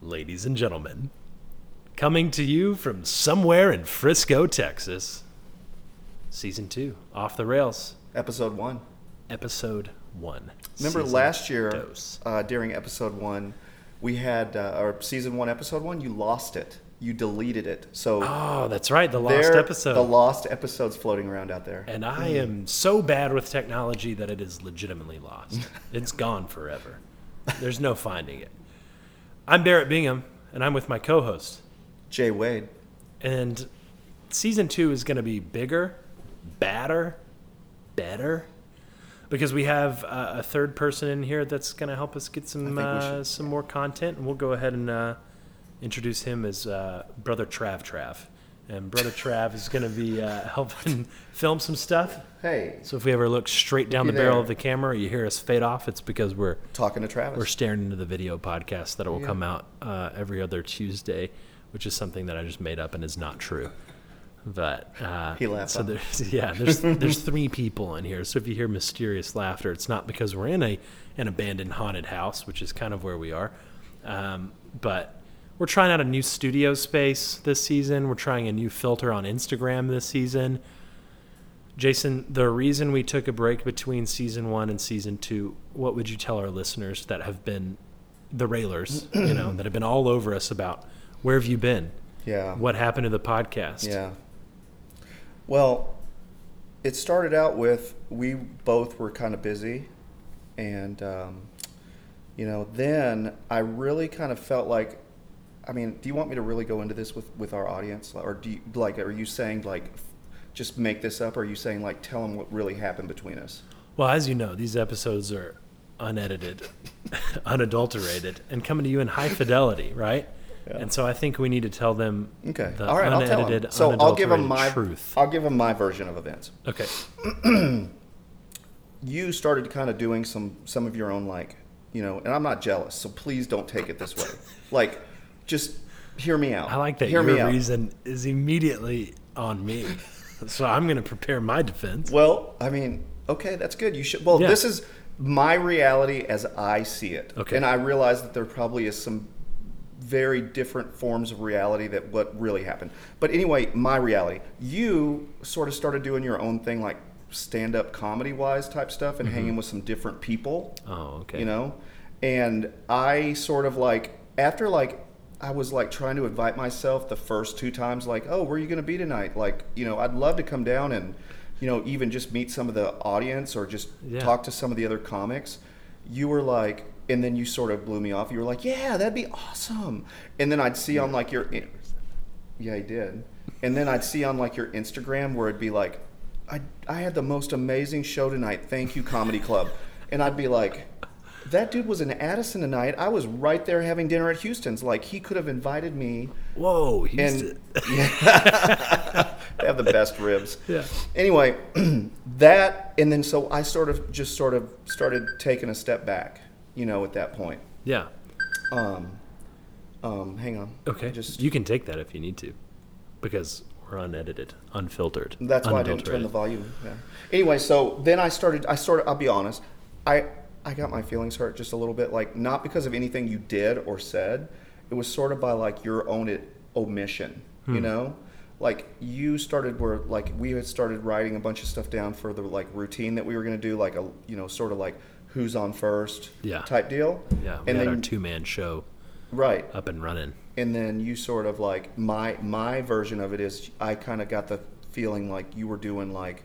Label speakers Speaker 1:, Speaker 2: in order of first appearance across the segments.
Speaker 1: ladies and gentlemen, coming to you from somewhere in Frisco, Texas, season two, Off the Rails,
Speaker 2: episode one.
Speaker 1: episode one.
Speaker 2: Remember
Speaker 1: Season
Speaker 2: last year
Speaker 1: dose.
Speaker 2: uh, during episode one, we had uh, or season one, episode one. You lost it. You deleted it. So
Speaker 1: Oh, that's right, the
Speaker 2: there,
Speaker 1: lost episode. Eh.
Speaker 2: the lost episodes floating around out there.
Speaker 1: and I am so bad with technology that it is legitimately lost. it's gone forever. There's no finding it. I'm Barrett Bingham, and I'm with my co host,
Speaker 2: Jay Wade.
Speaker 1: And season two is going to be bigger, badder, better, because we have uh, a third person in here that's going to help us get some
Speaker 2: I think we
Speaker 1: uh,
Speaker 2: should-
Speaker 1: some more content. And we'll go ahead and uh, introduce him as uh, brother Trav Trav. And brother Trav is going to be uh, helping film some stuff.
Speaker 2: Hey,
Speaker 1: So if we ever look straight down the
Speaker 2: Looky
Speaker 1: barrel
Speaker 2: there.
Speaker 1: of the camera, you hear us fade off. It's because we're
Speaker 2: talking to Travis.
Speaker 1: we're staring into the video podcast that will come out uh, every other Tuesday, which is something that I just made up and is not true. But uh,
Speaker 2: He laughed
Speaker 1: So
Speaker 2: off.
Speaker 1: there's yeah, there's there's three people in here. So if you hear mysterious laughter, it's not because we're in a an abandoned haunted house, which is kind of where we are. Um, but we're trying out a new studio space this season. We're trying a new filter on Instagram this season. Jason, the reason we took a break between season one and season two, what would you tell our listeners that have been the railers, you know, that have been all over us about where have you been?
Speaker 2: yeah.
Speaker 1: What happened to the podcast?
Speaker 2: Yeah. Well, it started out with we both were kind of busy, and um, you know, then I really kind of felt like, I mean, do you want me to really go into this with with our audience, or do you like, are you saying like, f- just make this up, or are you saying like, tell them what really happened between us?
Speaker 1: Well, as you know, these episodes are unedited, unadulterated, and coming to you in high fidelity, right? And so I think we need to tell them
Speaker 2: Okay.
Speaker 1: the
Speaker 2: All right. I'll tell them.
Speaker 1: unedited,
Speaker 2: So I'll give them
Speaker 1: unadulterated
Speaker 2: my
Speaker 1: truth.
Speaker 2: I'll give them my version of events.
Speaker 1: Okay.
Speaker 2: you started kind of doing some some of your own like you know and i'm not jealous so please don't take it this way like just hear me out
Speaker 1: I like that
Speaker 2: hear
Speaker 1: your
Speaker 2: me out
Speaker 1: reason is immediately on me. so I'm going to prepare my defense.
Speaker 2: well i mean okay that's good you should well
Speaker 1: Yeah.
Speaker 2: this is my reality as i see it
Speaker 1: Okay.
Speaker 2: and i realize that there probably is some very different forms of reality that what really happened but anyway my reality you sort of started doing your own thing like stand-up comedy wise type stuff
Speaker 1: Mm-hmm.
Speaker 2: and hanging with some different people
Speaker 1: Oh, okay.
Speaker 2: you know and i sort of like after like i was like trying to invite myself the first two times like oh where are you going to be tonight like you know i'd love to come down and you know even just meet some of the audience or just
Speaker 1: Yeah.
Speaker 2: talk to some of the other comics you were like and then you sort of blew me off you were like yeah that'd be awesome and then i'd see on like your yeah, I did. And then I'd see on like your Instagram where it'd be like, I, I had the most amazing show tonight. Thank you, Comedy Club. And I'd be like, that dude was in Addison tonight. I was right there having dinner at Houston's. Like, he could have invited me.
Speaker 1: Whoa,
Speaker 2: And
Speaker 1: Houston.
Speaker 2: they have the best ribs.
Speaker 1: Yeah.
Speaker 2: Anyway, that, and then so I sort of just sort of started taking a step back, you know, at that point.
Speaker 1: yeah.
Speaker 2: Um, um, hang on.
Speaker 1: Okay.
Speaker 2: Just
Speaker 1: you can take that if you need to, because we're unedited, unfiltered.
Speaker 2: That's why I didn't turn the
Speaker 1: unadulterated.
Speaker 2: volume. Yeah. Anyway, so then I started. I started. I'll be honest. I I got my feelings hurt just a little bit. Like not because of anything you did or said. It was sort of by like your own it, omission. You
Speaker 1: Hmm.
Speaker 2: know, like you started where like we had started writing a bunch of stuff down for the like routine that we were gonna do. Like a you know sort of like who's on first.
Speaker 1: Yeah.
Speaker 2: Type deal.
Speaker 1: Yeah. We
Speaker 2: And
Speaker 1: had
Speaker 2: then
Speaker 1: our two man show
Speaker 2: right
Speaker 1: up and running.
Speaker 2: and then you sort of like my my version of it is I kind of got the feeling like you were doing like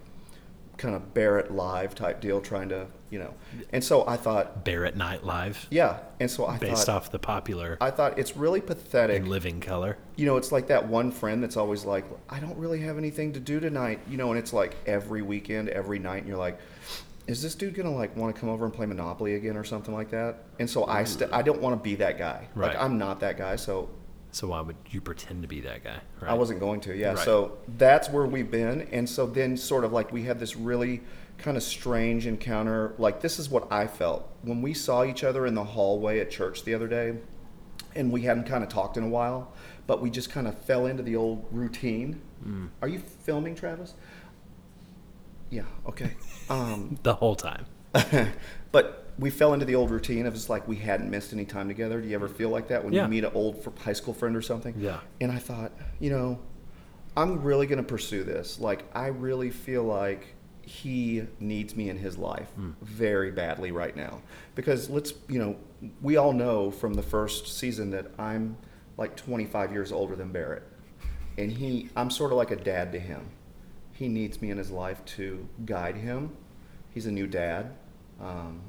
Speaker 2: kind of Barrett live type deal, trying to you know, and so I thought
Speaker 1: Barrett Night Live,
Speaker 2: yeah, and so I
Speaker 1: based
Speaker 2: thought
Speaker 1: off the popular
Speaker 2: I thought it's really pathetic.
Speaker 1: in Living Color.
Speaker 2: You know, it's like that one friend that's always like, I don't really have anything to do tonight. You know, and it's like every weekend, every night, and you're like. Is this dude gonna like want to come over and play Monopoly again or something like that? And so I st- I don't want to be that guy.
Speaker 1: Hmm. Right.
Speaker 2: Like I'm not that guy. So
Speaker 1: So why would you pretend to be that guy? Right?
Speaker 2: I wasn't going to, yeah.
Speaker 1: Right.
Speaker 2: So that's where we've been. And so then, sort of like, we had this really kind of strange encounter. Like, this is what I felt when we saw each other in the hallway at church the other day, and we hadn't kind of talked in a while, but we just kind of fell into the old routine.
Speaker 1: Hmm.
Speaker 2: Are you filming, Travis? Yeah, okay. Um,
Speaker 1: the whole time.
Speaker 2: but we fell into the old routine of it's like we hadn't missed any time together. Do you ever feel like that when
Speaker 1: Yeah.
Speaker 2: you meet an old fr- high school friend or something?
Speaker 1: Yeah.
Speaker 2: And I thought, you know, I'm really going to pursue this. Like, I really feel like he needs me in his life
Speaker 1: Hmm.
Speaker 2: very badly right now. Because let's, you know, we all know from the first season that I'm like 25 years older than Barrett. And he, I'm sort of like a dad to him. He needs me in his life to guide him. He's a new dad. Um,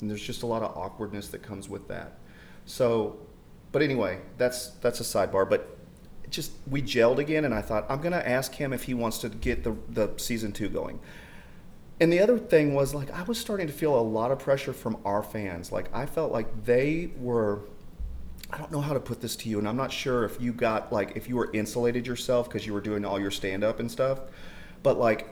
Speaker 2: and there's just a lot of awkwardness that comes with that. So, but anyway, that's that's a sidebar. But it just we gelled again, and I thought I'm gonna ask him if he wants to get the the season two going. And the other thing was like I was starting to feel a lot of pressure from our fans. Like I felt like they were. I don't know how to put this to you, and I'm not sure if you got like if you were insulated yourself because you were doing all your stand up and stuff, but like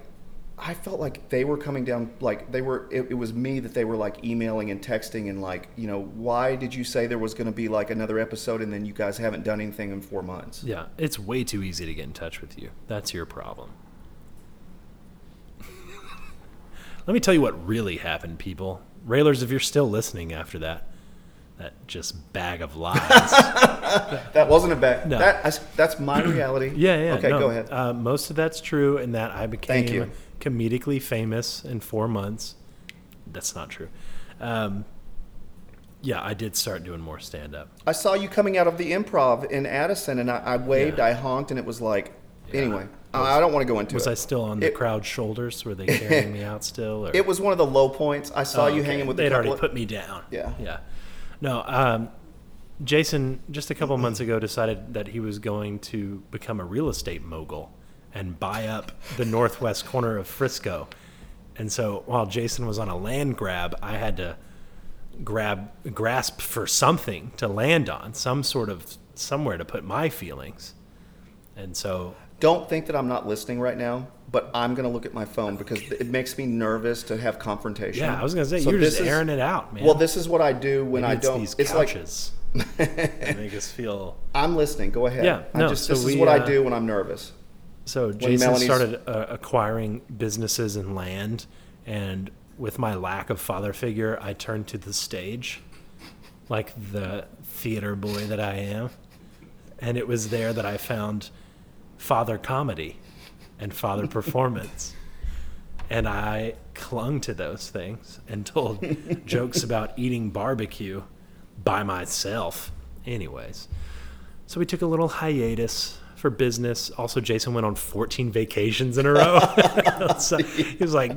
Speaker 2: I felt like they were coming down like they were it, it was me that they were like emailing and texting and like you know why did you say there was going to be like another episode and then you guys haven't done anything in four months
Speaker 1: Yeah, it's way too easy to get in touch with you. That's your problem. Let me tell you what really happened, people. Railers, if you're still listening after that, that just bag of lies.
Speaker 2: that wasn't a bet
Speaker 1: No.
Speaker 2: that that's- that's my reality
Speaker 1: yeah, yeah.
Speaker 2: okay
Speaker 1: no,
Speaker 2: go ahead
Speaker 1: Uh, most of that's true, and that I became
Speaker 2: Thank you.
Speaker 1: comedically famous in four months. That's not true. Um, yeah, I did start doing more stand up.
Speaker 2: I saw you coming out of the improv in Addison and I, I waved I honked and it was like anyway I I don't want to go into
Speaker 1: Was
Speaker 2: it
Speaker 1: I still on the
Speaker 2: It-
Speaker 1: crowd's shoulders? Were they carrying me out still? Or?
Speaker 2: it was one of the low points I saw
Speaker 1: Oh,
Speaker 2: you
Speaker 1: Okay.
Speaker 2: hanging with a
Speaker 1: They'd
Speaker 2: couple
Speaker 1: already
Speaker 2: of-
Speaker 1: put me down.
Speaker 2: Yeah.
Speaker 1: Yeah. No, um, Jason just a couple months ago decided that he was going to become a real estate mogul and buy up the northwest corner of Frisco. And so while Jason was on a land grab, I had to grab grasp for something to land on, some sort of somewhere to put my feelings. And so
Speaker 2: Don't think that I'm not listening right now, but I'm going to look at my phone because it makes me nervous to have confrontation.
Speaker 1: yeah, I was gonna say
Speaker 2: So
Speaker 1: you're just
Speaker 2: this is-
Speaker 1: airing it out, man.
Speaker 2: Well, this is what I do when
Speaker 1: Maybe
Speaker 2: I
Speaker 1: it's
Speaker 2: don't.
Speaker 1: these
Speaker 2: it's like
Speaker 1: couches that make us feel
Speaker 2: I'm listening. Go ahead.
Speaker 1: Yeah,
Speaker 2: I
Speaker 1: no,
Speaker 2: just,
Speaker 1: so
Speaker 2: this
Speaker 1: we,
Speaker 2: is what
Speaker 1: uh,
Speaker 2: I do when I'm nervous.
Speaker 1: So Jason
Speaker 2: Melanie's-
Speaker 1: started uh, acquiring businesses and land, and with my lack of father figure, I turned to the stage, like the theater boy that I am, and it was there that I found father comedy and father performance. And I clung to those things and told jokes about eating barbecue by myself. Anyways, so we took a little hiatus for business. Also, Jason went on 14 vacations in a row. so he was like,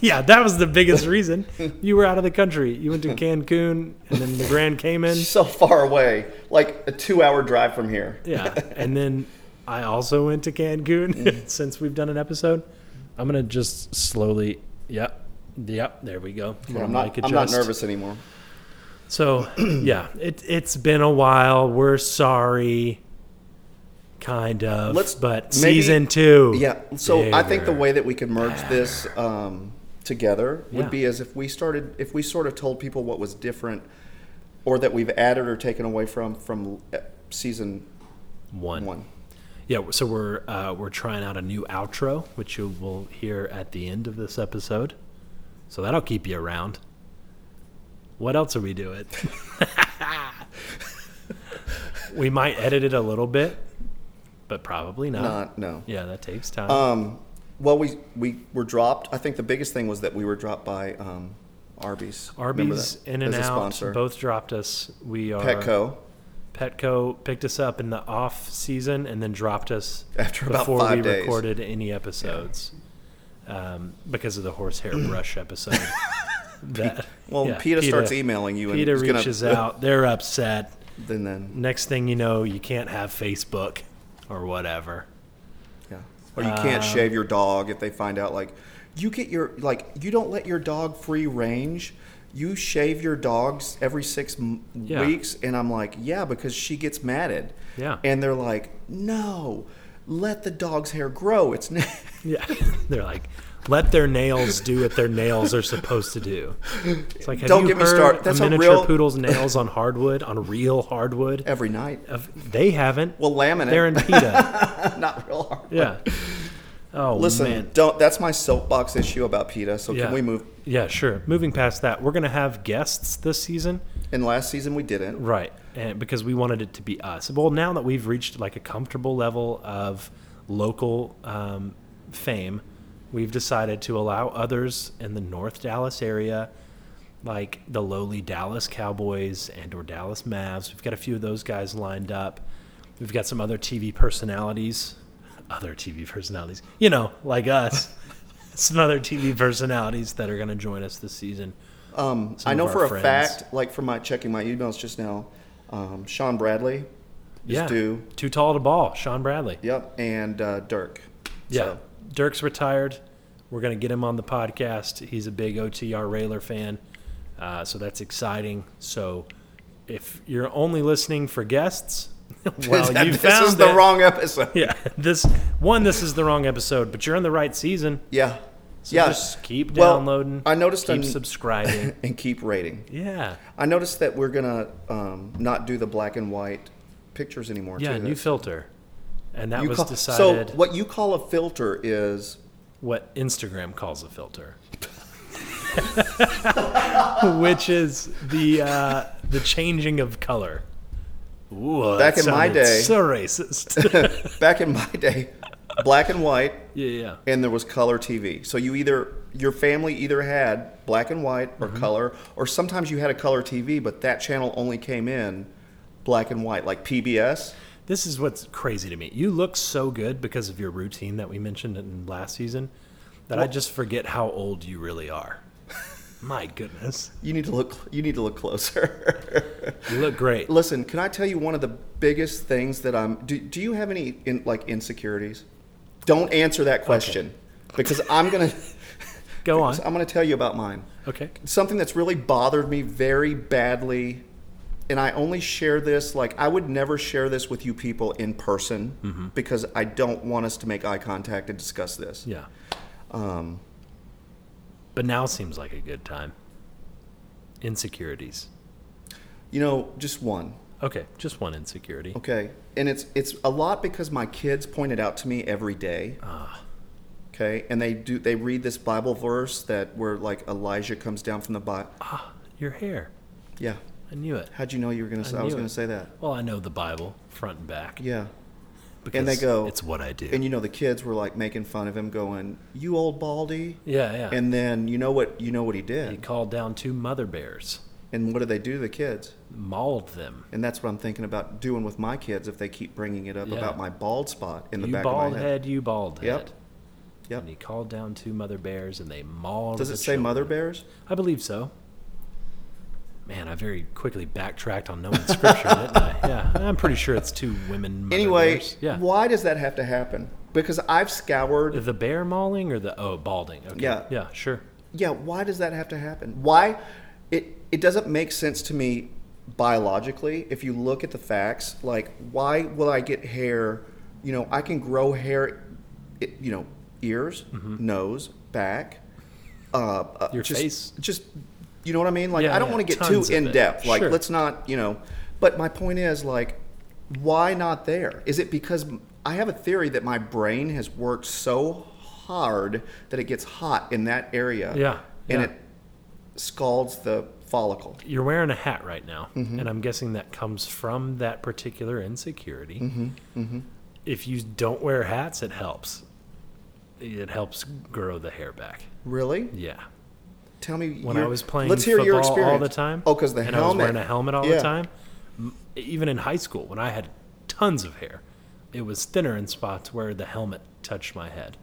Speaker 1: Yeah, that was the biggest reason. You were out of the country. You went to Cancun and then the Grand Cayman.
Speaker 2: So far away, like a two-hour drive from here.
Speaker 1: Yeah. And then I also went to
Speaker 2: Mm.
Speaker 1: Cancun since we've done an episode. I'm going to just slowly, yep. Yep, there we go. Little
Speaker 2: I'm not.
Speaker 1: mic
Speaker 2: I'm not
Speaker 1: adjust.
Speaker 2: nervous anymore.
Speaker 1: So yeah, it it's been a while. We're sorry, kind of.
Speaker 2: Let's-
Speaker 1: but
Speaker 2: maybe-
Speaker 1: season two.
Speaker 2: Yeah. So I think the
Speaker 1: bigger.
Speaker 2: way that we could merge this um, together would
Speaker 1: Yeah.
Speaker 2: be as if we started, if we sort of told people what was different, or that we've added or taken away from from uh, season
Speaker 1: one.
Speaker 2: one.
Speaker 1: Yeah, so we're uh, we're trying out a new outro, which you will hear at the end of this episode. So that'll keep you around. What else are we doing? we might edit it a little bit, but probably not.
Speaker 2: Not no.
Speaker 1: Uh-huh. Yeah, that takes time.
Speaker 2: Um, well, we we were dropped. I think the biggest thing was that we were dropped by um, Arby's. Remember
Speaker 1: Arby's,
Speaker 2: that?
Speaker 1: In
Speaker 2: as
Speaker 1: and
Speaker 2: a
Speaker 1: Out,
Speaker 2: sponsor.
Speaker 1: both dropped us. We are
Speaker 2: Petco.
Speaker 1: Petco picked us up in the off season and then dropped us
Speaker 2: After about
Speaker 1: before
Speaker 2: five
Speaker 1: we
Speaker 2: days.
Speaker 1: recorded any episodes um, because of the horsehair brush episode. that,
Speaker 2: Well,
Speaker 1: yeah,
Speaker 2: PETA, starts emailing you,
Speaker 1: PETA
Speaker 2: and he's
Speaker 1: reaches
Speaker 2: gonna,
Speaker 1: out. They're upset.
Speaker 2: Then then
Speaker 1: Next thing you know, you can't have Facebook or whatever.
Speaker 2: yeah. Or you can't
Speaker 1: Uh,
Speaker 2: shave your dog if they find out like you get your like you don't let your dog free range. You shave your dogs every six m-
Speaker 1: Yeah.
Speaker 2: weeks, and I'm like, yeah, because she gets matted.
Speaker 1: Yeah.
Speaker 2: And they're like, no, let the dog's hair grow. It's. Na-
Speaker 1: Yeah, they're like, let their nails do what their nails are supposed to do. It's like, have
Speaker 2: Don't
Speaker 1: you
Speaker 2: get me
Speaker 1: heard
Speaker 2: started.
Speaker 1: of
Speaker 2: That's a
Speaker 1: miniature
Speaker 2: real-
Speaker 1: poodle's nails on hardwood, on real hardwood.
Speaker 2: every night.
Speaker 1: Of- they haven't.
Speaker 2: Well, laminate.
Speaker 1: they're in PETA.
Speaker 2: Not real hard.
Speaker 1: yeah. Oh,
Speaker 2: Listen,
Speaker 1: man.
Speaker 2: don't. That's my soapbox issue about PETA. So
Speaker 1: Yeah.
Speaker 2: can we move?
Speaker 1: Yeah, sure. Moving past that, we're going to have guests this season.
Speaker 2: And last season we didn't.
Speaker 1: Right. And because we wanted it to be us. Well, now that we've reached like a comfortable level of local um, fame, we've decided to allow others in the North Dallas area, like the lowly Dallas Cowboys and or Dallas Mavs. We've got a few of those guys lined up. We've got some other TV personalities, other TV personalities, you know, like us. some other TV personalities that are going to join us this season.
Speaker 2: Um,
Speaker 1: Some
Speaker 2: I
Speaker 1: of
Speaker 2: know
Speaker 1: our
Speaker 2: for a
Speaker 1: friends.
Speaker 2: fact, like from my checking my emails just now, um, Sean Bradley is due.
Speaker 1: Too tall to ball, Sean Bradley.
Speaker 2: Yep, and uh, Dirk.
Speaker 1: Yeah.
Speaker 2: So,
Speaker 1: Dirk's retired. We're going to get him on the podcast. He's a big OTR Railer fan. Uh, so that's exciting. So if you're only listening for guests, well, you
Speaker 2: this
Speaker 1: found
Speaker 2: is the
Speaker 1: it.
Speaker 2: wrong episode.
Speaker 1: Yeah. This one, this is the wrong episode, but you're in the right season.
Speaker 2: Yeah.
Speaker 1: So
Speaker 2: yeah.
Speaker 1: just keep
Speaker 2: Well,
Speaker 1: downloading.
Speaker 2: I noticed
Speaker 1: Keep
Speaker 2: on-
Speaker 1: subscribing.
Speaker 2: and keep rating.
Speaker 1: yeah.
Speaker 2: I noticed that we're gonna um, not do the black and white pictures anymore.
Speaker 1: Yeah.
Speaker 2: too.
Speaker 1: New filter. And that
Speaker 2: You
Speaker 1: was
Speaker 2: call-
Speaker 1: decided
Speaker 2: So what you call a filter is
Speaker 1: what Instagram calls a filter, which is the uh, the changing of color. Ooh,
Speaker 2: Back
Speaker 1: that
Speaker 2: in my
Speaker 1: sounded
Speaker 2: day-
Speaker 1: so racist.
Speaker 2: back in my day, black and white,
Speaker 1: yeah, yeah,
Speaker 2: and there was color TV. So you either your family either had black and white or
Speaker 1: Mm-hmm.
Speaker 2: color, or sometimes you had a color TV, but that channel only came in black and white, like PBS.
Speaker 1: this is what's crazy to me. You look so good because of your routine that we mentioned in last season that I just forget how old you really are. my goodness,
Speaker 2: You need to look. You need to look closer.
Speaker 1: you look great.
Speaker 2: Listen, can I tell you one of the biggest things that I'm? Do, do you have any in, like insecurities? Don't answer that question because I'm gonna.
Speaker 1: Go on.
Speaker 2: because I'm gonna tell you about mine.
Speaker 1: Okay.
Speaker 2: Something that's really bothered me very badly, and I only share this like I would never share this with you people in person
Speaker 1: Mm-hmm.
Speaker 2: because I don't want us to make eye contact and discuss this.
Speaker 1: Yeah,
Speaker 2: Um,
Speaker 1: but now seems like a good time. Insecurities.
Speaker 2: you know, just one.
Speaker 1: Okay, just one insecurity.
Speaker 2: Okay, and it's it's a lot because my kids point it out to me every day.
Speaker 1: Ah.
Speaker 2: Okay, and they do they read this Bible verse that where like Elijah comes down from the Bible.
Speaker 1: Ah, your hair.
Speaker 2: Yeah,
Speaker 1: I knew it.
Speaker 2: how'd you know you were gonna? Say, I, was
Speaker 1: knew it.
Speaker 2: gonna say that.
Speaker 1: Well, I know the Bible front and back.
Speaker 2: Yeah,
Speaker 1: because
Speaker 2: and they go-
Speaker 1: it's what I do.
Speaker 2: and you know the kids were like making fun of him, going, "You old baldy."
Speaker 1: yeah, yeah.
Speaker 2: And then you know what you know what he
Speaker 1: he
Speaker 2: did,
Speaker 1: called down two mother bears,
Speaker 2: and what do they do to the kids?
Speaker 1: mauled them.
Speaker 2: And that's what I'm thinking about doing with my kids if they keep bringing it up
Speaker 1: Yeah.
Speaker 2: about my bald spot in the
Speaker 1: You
Speaker 2: back
Speaker 1: bald
Speaker 2: of my
Speaker 1: head.
Speaker 2: head.
Speaker 1: you bald
Speaker 2: Yep.
Speaker 1: head.
Speaker 2: Yep.
Speaker 1: And he called down two mother bears, and they mauled.
Speaker 2: Does
Speaker 1: the
Speaker 2: it say mother
Speaker 1: children.
Speaker 2: bears?
Speaker 1: I believe so. Man, I very quickly backtracked on knowing scripture, didn't I? Yeah, I'm pretty sure it's two women. Mother
Speaker 2: Anyway,
Speaker 1: bears. yeah.
Speaker 2: why does that have to happen? Because I've scoured.
Speaker 1: the bear mauling or the oh balding? Okay.
Speaker 2: Yeah.
Speaker 1: yeah, sure.
Speaker 2: Yeah, why does that have to happen? Why it it doesn't make sense to me biologically if you look at the facts. Like, why will I get hair? You know, I can grow hair. It, you know, ears, nose, back, uh, uh,
Speaker 1: Mm-hmm. Your
Speaker 2: just,
Speaker 1: face.
Speaker 2: Just you know what I mean? Like,
Speaker 1: Yeah,
Speaker 2: I don't
Speaker 1: yeah,
Speaker 2: want to get too
Speaker 1: tons of it.
Speaker 2: in depth. Like,
Speaker 1: Sure.
Speaker 2: let's not. You know, but my point is like. Why not there? Is it because I have a theory that my brain has worked so hard that it gets hot in that area?
Speaker 1: Yeah,
Speaker 2: Uh, And
Speaker 1: yeah.
Speaker 2: it scalds the follicle.
Speaker 1: you're wearing a hat right now,
Speaker 2: Mm-hmm.
Speaker 1: and I'm guessing that comes from that particular insecurity.
Speaker 2: Mm-hmm,
Speaker 1: If you don't wear hats, it helps. It helps grow the hair back.
Speaker 2: Really?
Speaker 1: Yeah.
Speaker 2: Tell me.
Speaker 1: When I
Speaker 2: your-
Speaker 1: was playing
Speaker 2: let's hear
Speaker 1: football
Speaker 2: your experience.
Speaker 1: all the time,
Speaker 2: Oh, because the
Speaker 1: and
Speaker 2: helmet.
Speaker 1: I was wearing a helmet all
Speaker 2: Yeah.
Speaker 1: the time. m- Even in high school, when I had tons of hair, it was thinner in spots where the helmet touched my head.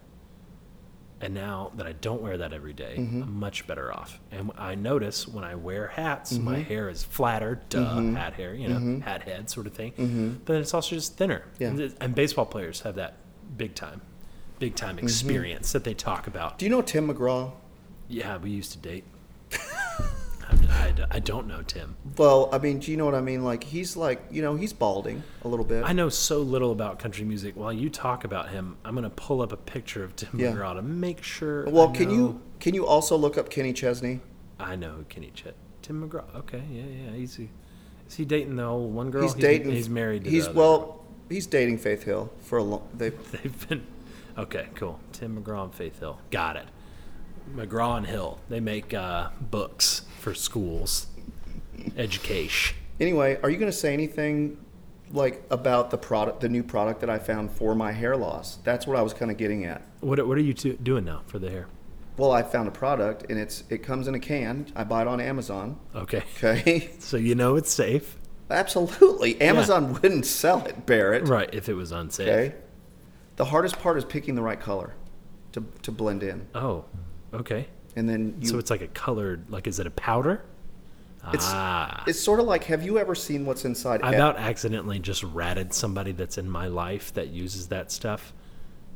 Speaker 1: And now that I don't wear that every day,
Speaker 2: Mm-hmm.
Speaker 1: I'm much better off. And I notice when I wear hats,
Speaker 2: Mm-hmm.
Speaker 1: my hair is flatter, duh, hat hair, you know, hat head sort of thing. But it's also just thinner.
Speaker 2: Mm-hmm. Yeah.
Speaker 1: And, th- and baseball players have that big time, big time
Speaker 2: Mm-hmm.
Speaker 1: experience that they talk about.
Speaker 2: Do you know Tim McGraw?
Speaker 1: Yeah, we used to date. I, I, I don't know Tim.
Speaker 2: Well, I mean, do you know what I mean? Like, he's like, you know, he's balding a little bit.
Speaker 1: I know so little about country music. While you talk about him, I'm gonna pull up a picture of Tim
Speaker 2: Yeah.
Speaker 1: McGraw to make sure. I
Speaker 2: well, can
Speaker 1: know-
Speaker 2: you can you also look up Kenny Chesney?
Speaker 1: I know who Kenny Chet. Tim McGraw. Okay, yeah, yeah. He's is he dating the old one girl?
Speaker 2: He's dating.
Speaker 1: He's married. To the
Speaker 2: he's
Speaker 1: other
Speaker 2: well.
Speaker 1: girl.
Speaker 2: He's dating Faith Hill for a long. They
Speaker 1: They've been. Okay, cool. Tim McGraw and Faith Hill. Got it. McGraw and Hill. They make uh, books for schools, education.
Speaker 2: Anyway, are you going to say anything like about the product, the new product that I found for my hair loss? That's what I was kind of getting at.
Speaker 1: What What are you two doing now for the hair?
Speaker 2: Well, I found a product and it's it comes in a can. I buy it on Amazon.
Speaker 1: Okay,
Speaker 2: Okay,
Speaker 1: so you know it's safe,
Speaker 2: absolutely. Amazon wouldn't sell it, Barrett.
Speaker 1: right? If it was unsafe.
Speaker 2: Okay. The hardest part is picking the right color to to blend in,
Speaker 1: Oh, okay.
Speaker 2: and then you.
Speaker 1: so it's like a colored. Like, is it a powder?
Speaker 2: It's-
Speaker 1: ah.
Speaker 2: it's sort of like have you ever seen what's inside?
Speaker 1: I
Speaker 2: Ep-
Speaker 1: about accidentally just ratted somebody that's in my life that uses that stuff.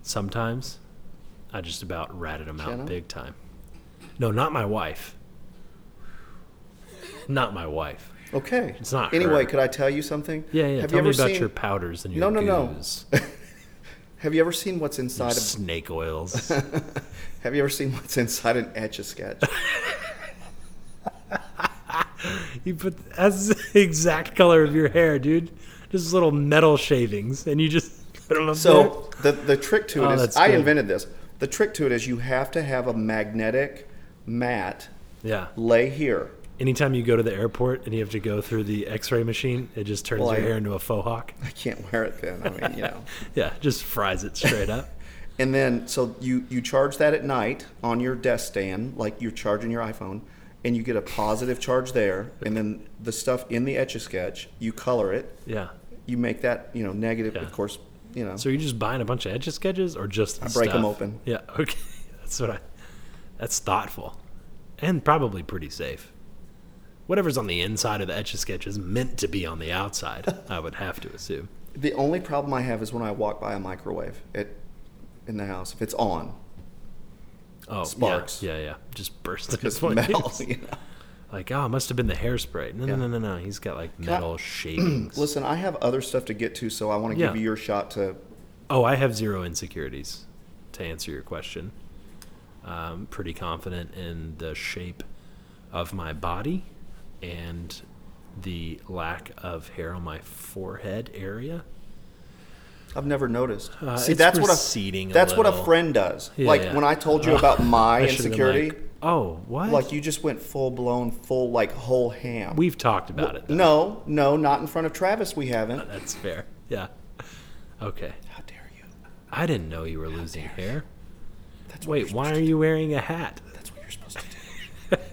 Speaker 1: Sometimes, I just about ratted them out
Speaker 2: Jenna?
Speaker 1: big time. No, not my wife. Not my wife.
Speaker 2: Okay.
Speaker 1: It's not
Speaker 2: Anyway,
Speaker 1: her.
Speaker 2: could I tell you something?
Speaker 1: Yeah, yeah.
Speaker 2: Have
Speaker 1: Tell
Speaker 2: you
Speaker 1: me
Speaker 2: ever
Speaker 1: about
Speaker 2: seen,
Speaker 1: your powders and
Speaker 2: No,
Speaker 1: your
Speaker 2: no, no.
Speaker 1: goos,
Speaker 2: Have you ever seen what's inside? A,
Speaker 1: snake oils.
Speaker 2: have you ever seen what's inside an etch a sketch?
Speaker 1: you put that's the exact color of your hair, dude. Just little metal shavings, and you just put them up there.
Speaker 2: So the the trick to it
Speaker 1: Oh,
Speaker 2: is
Speaker 1: that's
Speaker 2: I
Speaker 1: good.
Speaker 2: invented this. The trick to it is you have to have a magnetic mat
Speaker 1: Yeah.
Speaker 2: lay here.
Speaker 1: Anytime you go to the airport and you have to go through the X-ray machine, it just turns
Speaker 2: Well,
Speaker 1: your
Speaker 2: I-
Speaker 1: hair into a faux hawk.
Speaker 2: I can't wear it then. I mean, you know.
Speaker 1: Yeah, just fries it straight up.
Speaker 2: And then so you you charge that at night on your desk stand like you're charging your iPhone and you get a positive charge there and then the stuff in the etch a sketch, you color it,
Speaker 1: Yeah.
Speaker 2: you make that, you know, negative
Speaker 1: Yeah.
Speaker 2: of course, you know.
Speaker 1: So you're just buying a bunch of etch sketches or just the
Speaker 2: I break 'em
Speaker 1: stuff?
Speaker 2: open.
Speaker 1: Yeah. Okay. That's what I. That's thoughtful, and probably pretty safe. Whatever's on the inside of the etch a sketch is meant to be on the outside. I would have to assume.
Speaker 2: The only problem I have is when I walk by a microwave at in the house if it's on.
Speaker 1: Oh, yeah,
Speaker 2: Sparks.
Speaker 1: Yeah, yeah. Just burst into
Speaker 2: It's
Speaker 1: flames.
Speaker 2: metal, you know.
Speaker 1: Like, oh, it must have been the hairspray. No,
Speaker 2: Yeah.
Speaker 1: no, no, no, no. He's got like metal shavings.
Speaker 2: Listen, I have other stuff to get to, so I want to
Speaker 1: Yeah.
Speaker 2: give you your shot to.
Speaker 1: Oh, I have zero insecurities. To answer your question, I'm pretty confident in the shape of my body and the lack of hair on my forehead area.
Speaker 2: I've never noticed.
Speaker 1: Uh,
Speaker 2: See,
Speaker 1: it's
Speaker 2: that's what
Speaker 1: receding
Speaker 2: a
Speaker 1: a
Speaker 2: that's what a
Speaker 1: little.
Speaker 2: friend does.
Speaker 1: Yeah,
Speaker 2: like
Speaker 1: yeah.
Speaker 2: when I told you about my
Speaker 1: I should've been
Speaker 2: insecurity,
Speaker 1: like, oh, what?
Speaker 2: like, you just went full blown, full like whole ham.
Speaker 1: We've talked about it. Though.
Speaker 2: no, no, not in front of Travis. We haven't.
Speaker 1: That's fair. Yeah. Okay.
Speaker 2: How dare you?
Speaker 1: I didn't know you were losing hair.
Speaker 2: That's what
Speaker 1: Wait,
Speaker 2: you're
Speaker 1: why
Speaker 2: supposed
Speaker 1: are you wearing a hat?
Speaker 2: to- That's what you're supposed to do.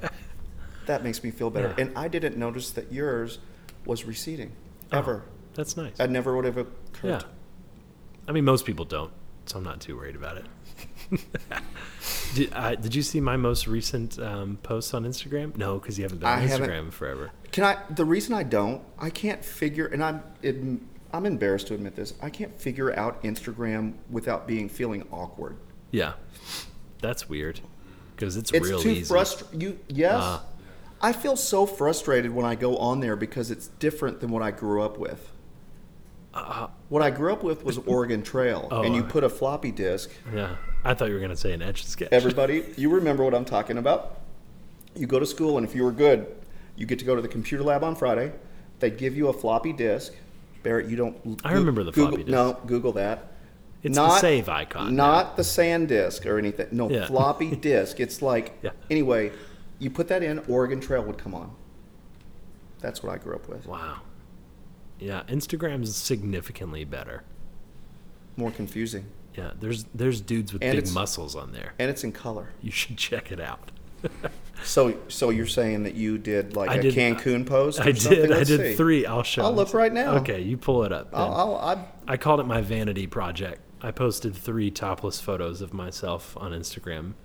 Speaker 2: that makes me feel better.
Speaker 1: Yeah.
Speaker 2: And I didn't notice that yours was receding
Speaker 1: Oh.
Speaker 2: ever.
Speaker 1: That's nice.
Speaker 2: That never would have occurred.
Speaker 1: Yeah. I mean, most people don't, so I'm not too worried about it. did, I, did you see my most recent um, post on Instagram? No, because you haven't been on
Speaker 2: I
Speaker 1: Instagram
Speaker 2: haven't.
Speaker 1: in forever.
Speaker 2: Can I? The reason I don't, I can't figure, and I'm, it, I'm embarrassed to admit this. I can't figure out Instagram without being feeling awkward.
Speaker 1: Yeah. That's weird because it's,
Speaker 2: It's
Speaker 1: real
Speaker 2: too
Speaker 1: easy.
Speaker 2: frustrating. You yes,
Speaker 1: Ah.
Speaker 2: I feel so frustrated when I go on there because it's different than what I grew up with. what I grew up with was Oregon Trail,
Speaker 1: Uh, Oh,
Speaker 2: and you
Speaker 1: I-
Speaker 2: put a floppy disk.
Speaker 1: yeah. I thought you were going to say an etch a sketch.
Speaker 2: Everybody, you remember what I'm talking about? You go to school, and if you were good, you get to go to the computer lab on Friday. They give you a floppy disk. Barrett, you don't.
Speaker 1: I remember the
Speaker 2: Google,
Speaker 1: floppy disk.
Speaker 2: No, Google that.
Speaker 1: It's the save icon.
Speaker 2: Not the sand disk or anything. No,
Speaker 1: Yeah.
Speaker 2: floppy disk. It's like
Speaker 1: Yeah.
Speaker 2: anyway. You put that in, Oregon Trail would come on. That's what I grew up with.
Speaker 1: Wow. Yeah. Instagram's significantly better.
Speaker 2: More confusing,
Speaker 1: Yeah. There's there's dudes with
Speaker 2: And
Speaker 1: big
Speaker 2: it's-
Speaker 1: muscles on there.
Speaker 2: and it's in color.
Speaker 1: You should check it out.
Speaker 2: So, so you're saying that you did like
Speaker 1: I
Speaker 2: a
Speaker 1: did-
Speaker 2: Cancun post? Or
Speaker 1: I
Speaker 2: something?
Speaker 1: did. I
Speaker 2: Let's
Speaker 1: did
Speaker 2: see.
Speaker 1: three. I'll show.
Speaker 2: I'll
Speaker 1: them.
Speaker 2: look right now.
Speaker 1: Okay, you pull it up.
Speaker 2: I'll,
Speaker 1: then.
Speaker 2: I'll, I'll,
Speaker 1: I called it my vanity project. I posted three topless photos of myself on Instagram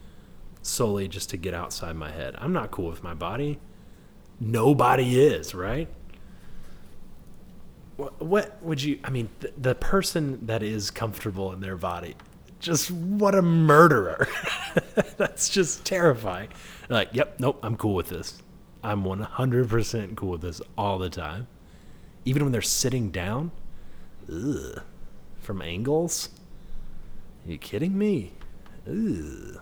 Speaker 1: solely just to get outside my head. I'm not cool with my body. Nobody is, right? What, what would you, I mean, th- the person that is comfortable in their body, just what a murderer. That's just terrifying. Like, yep, nope, I'm cool with this. I'm 100% cool with this all the time. Even when they're sitting down, Ugh. From angles? you kidding me? Ugh.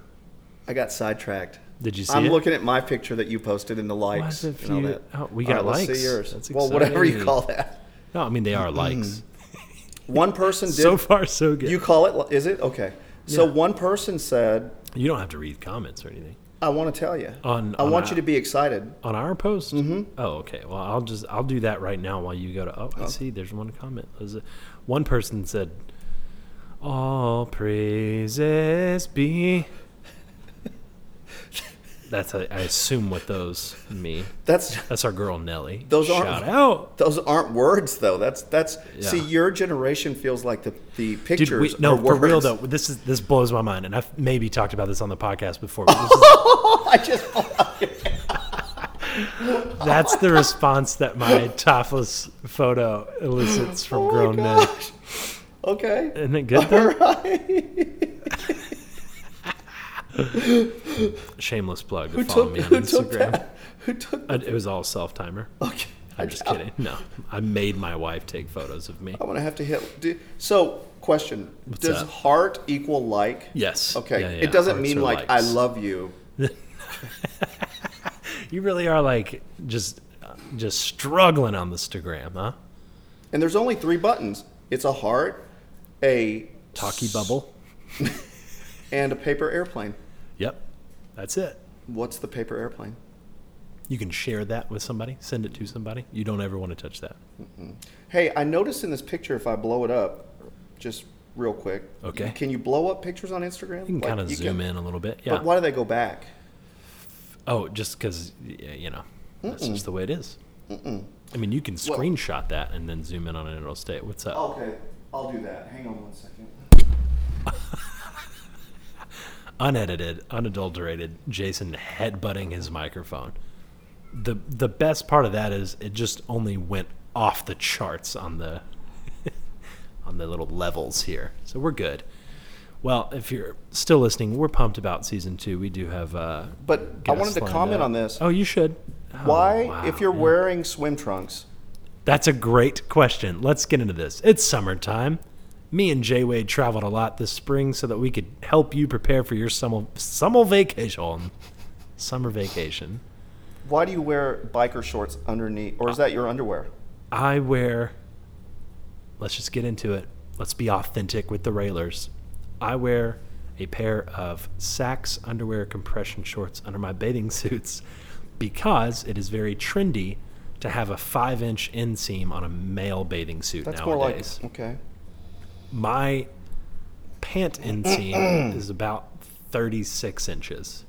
Speaker 2: I got sidetracked.
Speaker 1: Did you see
Speaker 2: I'm
Speaker 1: it?
Speaker 2: looking at my picture that you posted in the likes
Speaker 1: What if
Speaker 2: and all
Speaker 1: you-
Speaker 2: that.
Speaker 1: oh, we
Speaker 2: All
Speaker 1: got
Speaker 2: Let's
Speaker 1: likes.
Speaker 2: see yours.
Speaker 1: That's
Speaker 2: well, whatever you
Speaker 1: exciting.
Speaker 2: call that.
Speaker 1: No, I mean they are likes.
Speaker 2: One person did.
Speaker 1: So far, so good.
Speaker 2: you call it. li- Is it okay? So
Speaker 1: Yeah.
Speaker 2: one person said,
Speaker 1: You don't have to read comments or anything
Speaker 2: "I want to tell you.
Speaker 1: On-
Speaker 2: I
Speaker 1: on
Speaker 2: want
Speaker 1: a-
Speaker 2: you to be excited."
Speaker 1: on our post. Mm-hmm. Oh, okay. Well, I'll just I'll do that right now while you go to. Oh, I see. There's one comment. There's a- one person said, "All praises be." That's I I assume what those mean.
Speaker 2: That's
Speaker 1: That's our girl Nelly.
Speaker 2: Those
Speaker 1: shout
Speaker 2: aren't-
Speaker 1: out.
Speaker 2: those aren't words though. That's that's see
Speaker 1: Yeah.
Speaker 2: your generation feels like the the
Speaker 1: Dude,
Speaker 2: pictures
Speaker 1: we, no,
Speaker 2: are
Speaker 1: for
Speaker 2: words.
Speaker 1: real though. This is this blows my mind, and I've maybe talked about this on the podcast before. But this is
Speaker 2: I just
Speaker 1: That's the response that my topless photo elicits from
Speaker 2: Oh my
Speaker 1: grown men.
Speaker 2: gosh. Okay.
Speaker 1: Isn't it good though? Shameless plug.
Speaker 2: Who
Speaker 1: follow
Speaker 2: took
Speaker 1: me on
Speaker 2: who took
Speaker 1: Instagram.
Speaker 2: that? Oh, Who took
Speaker 1: I- It was all self timer.
Speaker 2: Okay.
Speaker 1: I'm just kidding. No, I made my wife take photos of me.
Speaker 2: I'm gonna have to hit. Do, so, question: Does
Speaker 1: up?
Speaker 2: heart equal like?
Speaker 1: Yes.
Speaker 2: Okay.
Speaker 1: Yeah, yeah,
Speaker 2: It doesn't
Speaker 1: hearts
Speaker 2: mean
Speaker 1: are
Speaker 2: like I
Speaker 1: likes.
Speaker 2: love you.
Speaker 1: You really are like just, just struggling on the Instagram, huh?
Speaker 2: And there's only three buttons. It's a heart, a
Speaker 1: Talkie bubble.
Speaker 2: and a paper airplane.
Speaker 1: Yep. That's it.
Speaker 2: What's the paper airplane?
Speaker 1: You can share that with somebody. Send it to somebody. You don't ever want to touch that.
Speaker 2: Hey, I noticed in this picture if I blow it up, just real quick.
Speaker 1: Okay.
Speaker 2: Can you blow up pictures on Instagram?
Speaker 1: You can kind of zoom in a little bit. Yeah.
Speaker 2: But why do they go back?
Speaker 1: Oh, just because you know that's just the way it is. I mean, you can
Speaker 2: Well- Oh.
Speaker 1: screenshot that and then zoom in on it, and it'll stay. What's up?
Speaker 2: Okay, I'll do that. Hang on one second.
Speaker 1: Unedited, unadulterated. Jason headbutting his microphone. the The best part of that is it just only went off the charts on the on the little levels here, so we're good. Well, if you're still listening, we're pumped about season two. We do have. Uh,
Speaker 2: But I
Speaker 1: guests
Speaker 2: wanted to
Speaker 1: lined
Speaker 2: comment
Speaker 1: up.
Speaker 2: on this.
Speaker 1: Oh, you should. Oh,
Speaker 2: why,
Speaker 1: wow,
Speaker 2: if you're
Speaker 1: yeah.
Speaker 2: wearing swim trunks,
Speaker 1: That's a great question. Let's get into this. It's summertime. Me and Jay Wade traveled a lot this spring so that we could help you prepare for your summer summer vacation. Summer vacation.
Speaker 2: why do you wear biker shorts underneath, or is that your underwear?
Speaker 1: I wear Let's just get into it. Let's be authentic with the railers. I wear a pair of Saks underwear compression shorts under my bathing suits because it is very trendy to have a five inch inseam on a male bathing suit
Speaker 2: That's
Speaker 1: nowadays.
Speaker 2: more like okay.
Speaker 1: my pant inseam is about 36 inches.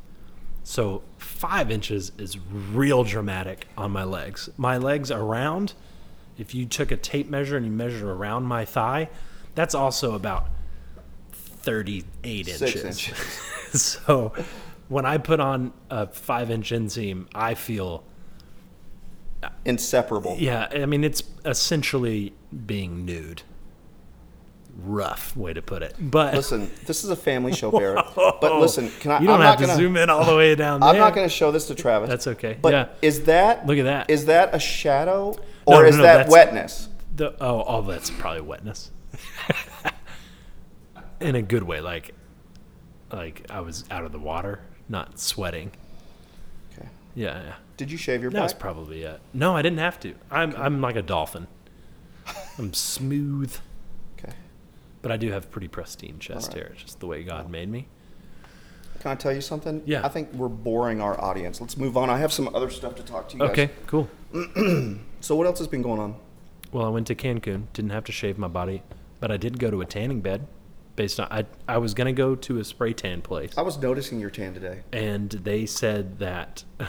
Speaker 1: So five inches is real dramatic on my legs. My legs are round. If you took a tape measure and you measured around my thigh, that's also about 38
Speaker 2: Six
Speaker 1: inches.
Speaker 2: inches.
Speaker 1: so when I put on a five inch inseam, I feel
Speaker 2: Inseparable.
Speaker 1: yeah, I mean it's essentially being nude. Rough way to put it, but
Speaker 2: Listen, this is a family show, Barrett. But listen, can I?
Speaker 1: Oh, You don't
Speaker 2: I'm
Speaker 1: have
Speaker 2: not gonna,
Speaker 1: to zoom in all the way down there.
Speaker 2: I'm not going to show this to Travis.
Speaker 1: That's okay.
Speaker 2: But
Speaker 1: Yeah.
Speaker 2: is that
Speaker 1: Look at that.
Speaker 2: Is that a shadow
Speaker 1: No,
Speaker 2: or
Speaker 1: no,
Speaker 2: is
Speaker 1: no,
Speaker 2: that
Speaker 1: that's-
Speaker 2: wetness?
Speaker 1: The, oh, all that's probably wetness. in a good way, like, like I was out of the water, not sweating.
Speaker 2: Okay.
Speaker 1: Yeah, yeah.
Speaker 2: Did you shave your
Speaker 1: That was
Speaker 2: back?
Speaker 1: probably it. No, I didn't have to. I'm I'm like a dolphin. I'm smooth,
Speaker 2: okay.
Speaker 1: but I do have pretty pristine chest hair. It's just the way God made me.
Speaker 2: Can I tell you something?
Speaker 1: Yeah.
Speaker 2: I think we're boring our audience. Let's move on. I have some other stuff to talk to you guys.
Speaker 1: Okay, cool.
Speaker 2: So what else has been going on?
Speaker 1: Well, I went to Cancun. Didn't have to shave my body, but I did go to a tanning bed. Based on I, I was gonna go to a spray tan place,
Speaker 2: I was noticing your tan today.
Speaker 1: and they said that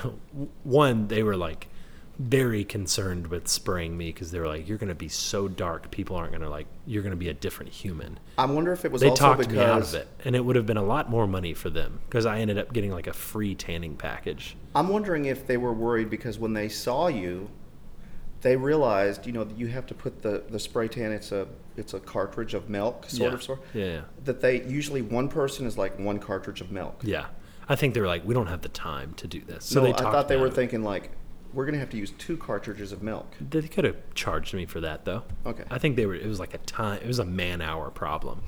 Speaker 1: one they were like very concerned with spraying me because they were like, "You're gonna be so dark, people aren't gonna like. You're gonna be a different human."
Speaker 2: I wonder if it was
Speaker 1: They
Speaker 2: also
Speaker 1: talked
Speaker 2: because
Speaker 1: me out of it, and it would have been a lot more money for them because I ended up getting like a free tanning package.
Speaker 2: I'm wondering if they were worried because when they saw you, they realized you know that you have to put the the spray tan. It's a it's a cartridge of milk sort
Speaker 1: yeah.
Speaker 2: of sort.
Speaker 1: yeah, yeah,
Speaker 2: That they usually one person is like one cartridge of milk.
Speaker 1: yeah. I think they were like, "We don't have the time to do this." So
Speaker 2: no,
Speaker 1: they
Speaker 2: I
Speaker 1: talked
Speaker 2: thought they
Speaker 1: me
Speaker 2: were
Speaker 1: out of it.
Speaker 2: thinking like we're gonna have to use two cartridges of milk.
Speaker 1: They could have charged me for that though.
Speaker 2: Okay.
Speaker 1: I think they were. It was like a time. It was a man hour problem.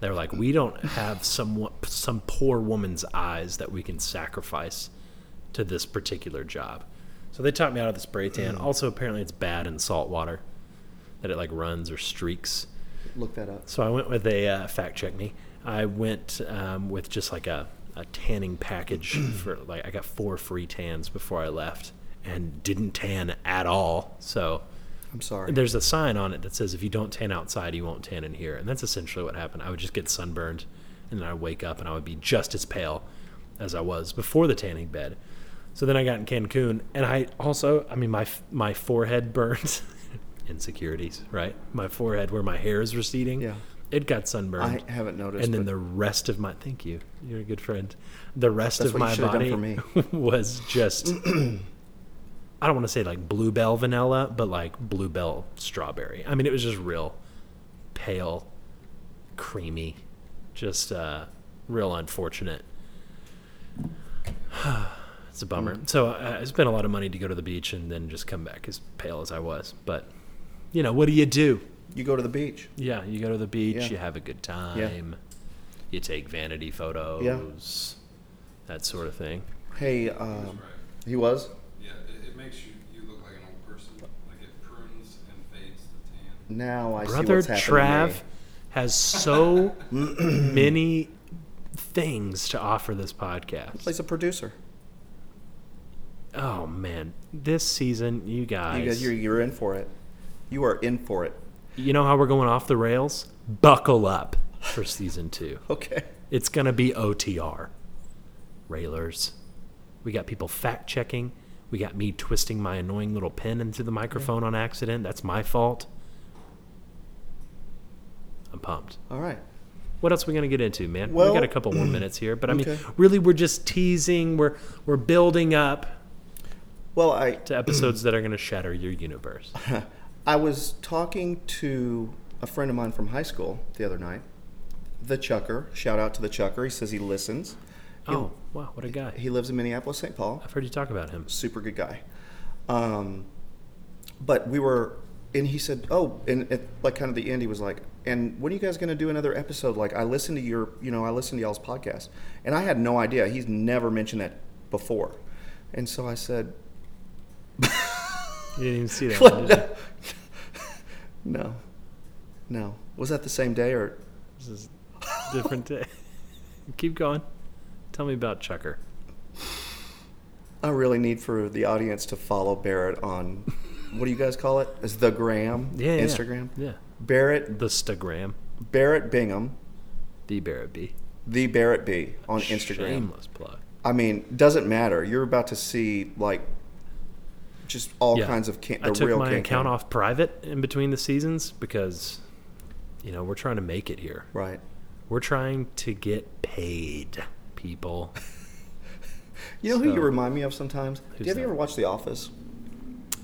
Speaker 1: They were like, we don't have some some poor woman's eyes that we can sacrifice to this particular job. So they taught me out of the spray tan. Also, apparently, it's bad in salt water that it like runs or streaks.
Speaker 2: Look that up.
Speaker 1: So I went with a uh, fact check me. I went um, with just like a, a tanning package for like I got four free tans before I left and didn't tan at all. So
Speaker 2: I'm sorry.
Speaker 1: there's a sign on it that says if you don't tan outside, you won't tan in here, and that's essentially what happened. I would just get sunburned, and then I would wake up and I would be just as pale as I was before the tanning bed. So then I got in Cancun, and I also, I mean, my my forehead burns. Insecurities, right? My forehead, where my hair is receding,
Speaker 2: Yeah.
Speaker 1: it got sunburned
Speaker 2: I haven't noticed.
Speaker 1: and then
Speaker 2: but-
Speaker 1: the rest of my thank you you're a good friend the rest
Speaker 2: That's
Speaker 1: of
Speaker 2: what you
Speaker 1: my
Speaker 2: should've
Speaker 1: body
Speaker 2: done
Speaker 1: was just i don't want to say like bluebell vanilla but like bluebell strawberry i mean it was just real pale creamy just uh real unfortunate it's a bummer
Speaker 2: Mm.
Speaker 1: so uh, i spent a lot of money to go to the beach and then just come back as pale as i was but you know what do you do
Speaker 2: you go to the beach.
Speaker 1: yeah, you go to the beach,
Speaker 2: Yeah.
Speaker 1: you have a good time, you take vanity photos, that sort of thing.
Speaker 2: Hey, um, he was.
Speaker 3: Yeah, it, it makes you, you look like an old person. Like it prunes and fades the tan.
Speaker 2: Now I see
Speaker 1: Brother
Speaker 2: what's happening. to
Speaker 1: Trav
Speaker 2: me.
Speaker 1: has so many things to offer this podcast.
Speaker 2: plays a producer.
Speaker 1: Oh man, this season, you
Speaker 2: You guys,
Speaker 1: guys,
Speaker 2: you're,
Speaker 1: you
Speaker 2: you're in for it. You are in for it.
Speaker 1: know how we're going off the rails? Buckle up for season two.
Speaker 2: Okay.
Speaker 1: It's going to be OTR. Railers. We got people fact checking. We got me twisting my annoying little pen into the microphone on accident. That's my fault. I'm pumped.
Speaker 2: All right.
Speaker 1: What else are we going to get into, man?
Speaker 2: Well-
Speaker 1: we got a couple more minutes here, but I mean,
Speaker 2: Okay.
Speaker 1: really, we're just teasing. We're we're building up
Speaker 2: Well, I
Speaker 1: to episodes that are going to shatter your universe.
Speaker 2: I was talking to a friend of mine from high school the other night. The Chucker. Shout out to the Chucker. He says he listens.
Speaker 1: Oh, wow, what a guy!
Speaker 2: He lives in Minneapolis, St. Paul.
Speaker 1: I've heard you talk about him.
Speaker 2: super good guy. Um, but we were, and he said, "Oh," and at like kind of the end, he was like, "And when are you guys going to do another episode?" Like, I listened to your, you know, I listened to y'all's podcast, and I had no idea. He's never mentioned that before, and so I said,
Speaker 1: You didn't even see that. One, did you?
Speaker 2: "No, no." Was that the same day or?
Speaker 1: This is a different day. Keep going. Tell me about Chucker.
Speaker 2: I really need for the audience to follow Barrett on, what do you guys call it? Is the gram?
Speaker 1: Yeah, yeah,
Speaker 2: Instagram.
Speaker 1: Yeah.
Speaker 2: Barrett
Speaker 1: The Stagram.
Speaker 2: Barrett Bingham,
Speaker 1: The Barrett B.
Speaker 2: the Barrett B on Instagram.
Speaker 1: Shameless plug.
Speaker 2: I mean, doesn't matter. You're about to see like just all
Speaker 1: Yeah.
Speaker 2: kinds of can- the
Speaker 1: I took
Speaker 2: real
Speaker 1: my
Speaker 2: can-
Speaker 1: account off private in between the seasons because, you know, we're trying to make it here.
Speaker 2: Right.
Speaker 1: We're trying to get paid, people.
Speaker 2: You know who you
Speaker 1: So-
Speaker 2: remind me of sometimes?
Speaker 1: Who's
Speaker 2: Have you
Speaker 1: that?
Speaker 2: ever watched The Office?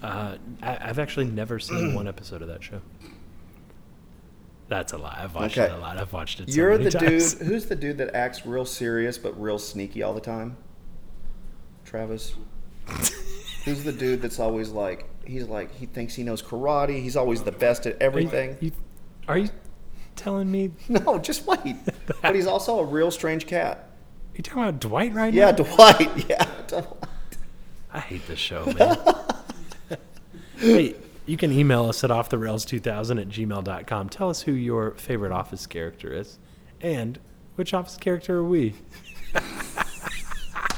Speaker 1: Uh, I, I've actually never seen one episode of that show. That's a lie. I've watched
Speaker 2: Okay.
Speaker 1: it a lot. I've watched it. So
Speaker 2: You're
Speaker 1: many
Speaker 2: the
Speaker 1: times.
Speaker 2: dude. Who's the dude that acts real serious but real sneaky all the time? Travis. who's the dude that's always like he's like he thinks he knows karate. He's always the best at
Speaker 1: Are you-
Speaker 2: everything.
Speaker 1: you- are you telling me?
Speaker 2: No, just wait. but he's also a real strange cat.
Speaker 1: you talking about Dwight right now?
Speaker 2: Yeah, Dwight. Yeah, Dwight.
Speaker 1: I hate this show, man. hey, you can email us at offtherails2000 at gmail.com. Tell us who your favorite office character is and which office character are we?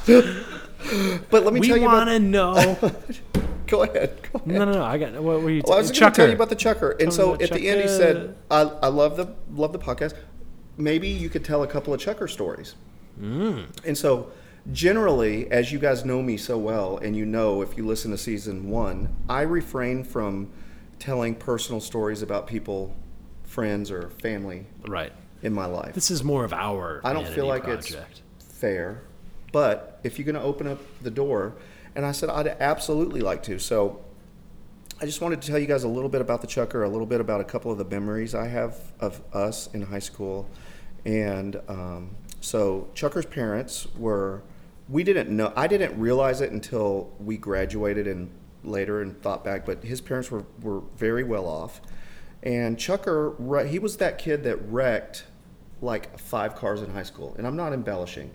Speaker 2: But let me tell
Speaker 1: we
Speaker 2: you about.
Speaker 1: want to know.
Speaker 2: Go ahead. Go ahead.
Speaker 1: no, no, no. I got what were you
Speaker 2: Well, I was going
Speaker 1: Chucker.
Speaker 2: to tell you about the chucker, and
Speaker 1: me
Speaker 2: so
Speaker 1: about
Speaker 2: at the end he
Speaker 1: Chucker.
Speaker 2: said, "I, I love the love the podcast. Maybe you could tell a couple of chucker stories." Mm. And so, generally, as you guys know me so well, and you know if you listen to season one, I refrain from telling personal stories about people, friends, or family
Speaker 1: Right.
Speaker 2: in my life.
Speaker 1: This is more of our
Speaker 2: I don't feel
Speaker 1: vanity
Speaker 2: like
Speaker 1: project.
Speaker 2: it's fair, but if you're going to open up the door, and I said I'd absolutely like to. So I just wanted to tell you guys a little bit about the Chucker, a little bit about a couple of the memories I have of us in high school. And um, so Chucker's parents were, we didn't know, I didn't realize it until we graduated and later and thought back, but his parents were, were very well off. And Chucker, wre- he was that kid that wrecked like five cars in high school. And I'm not embellishing.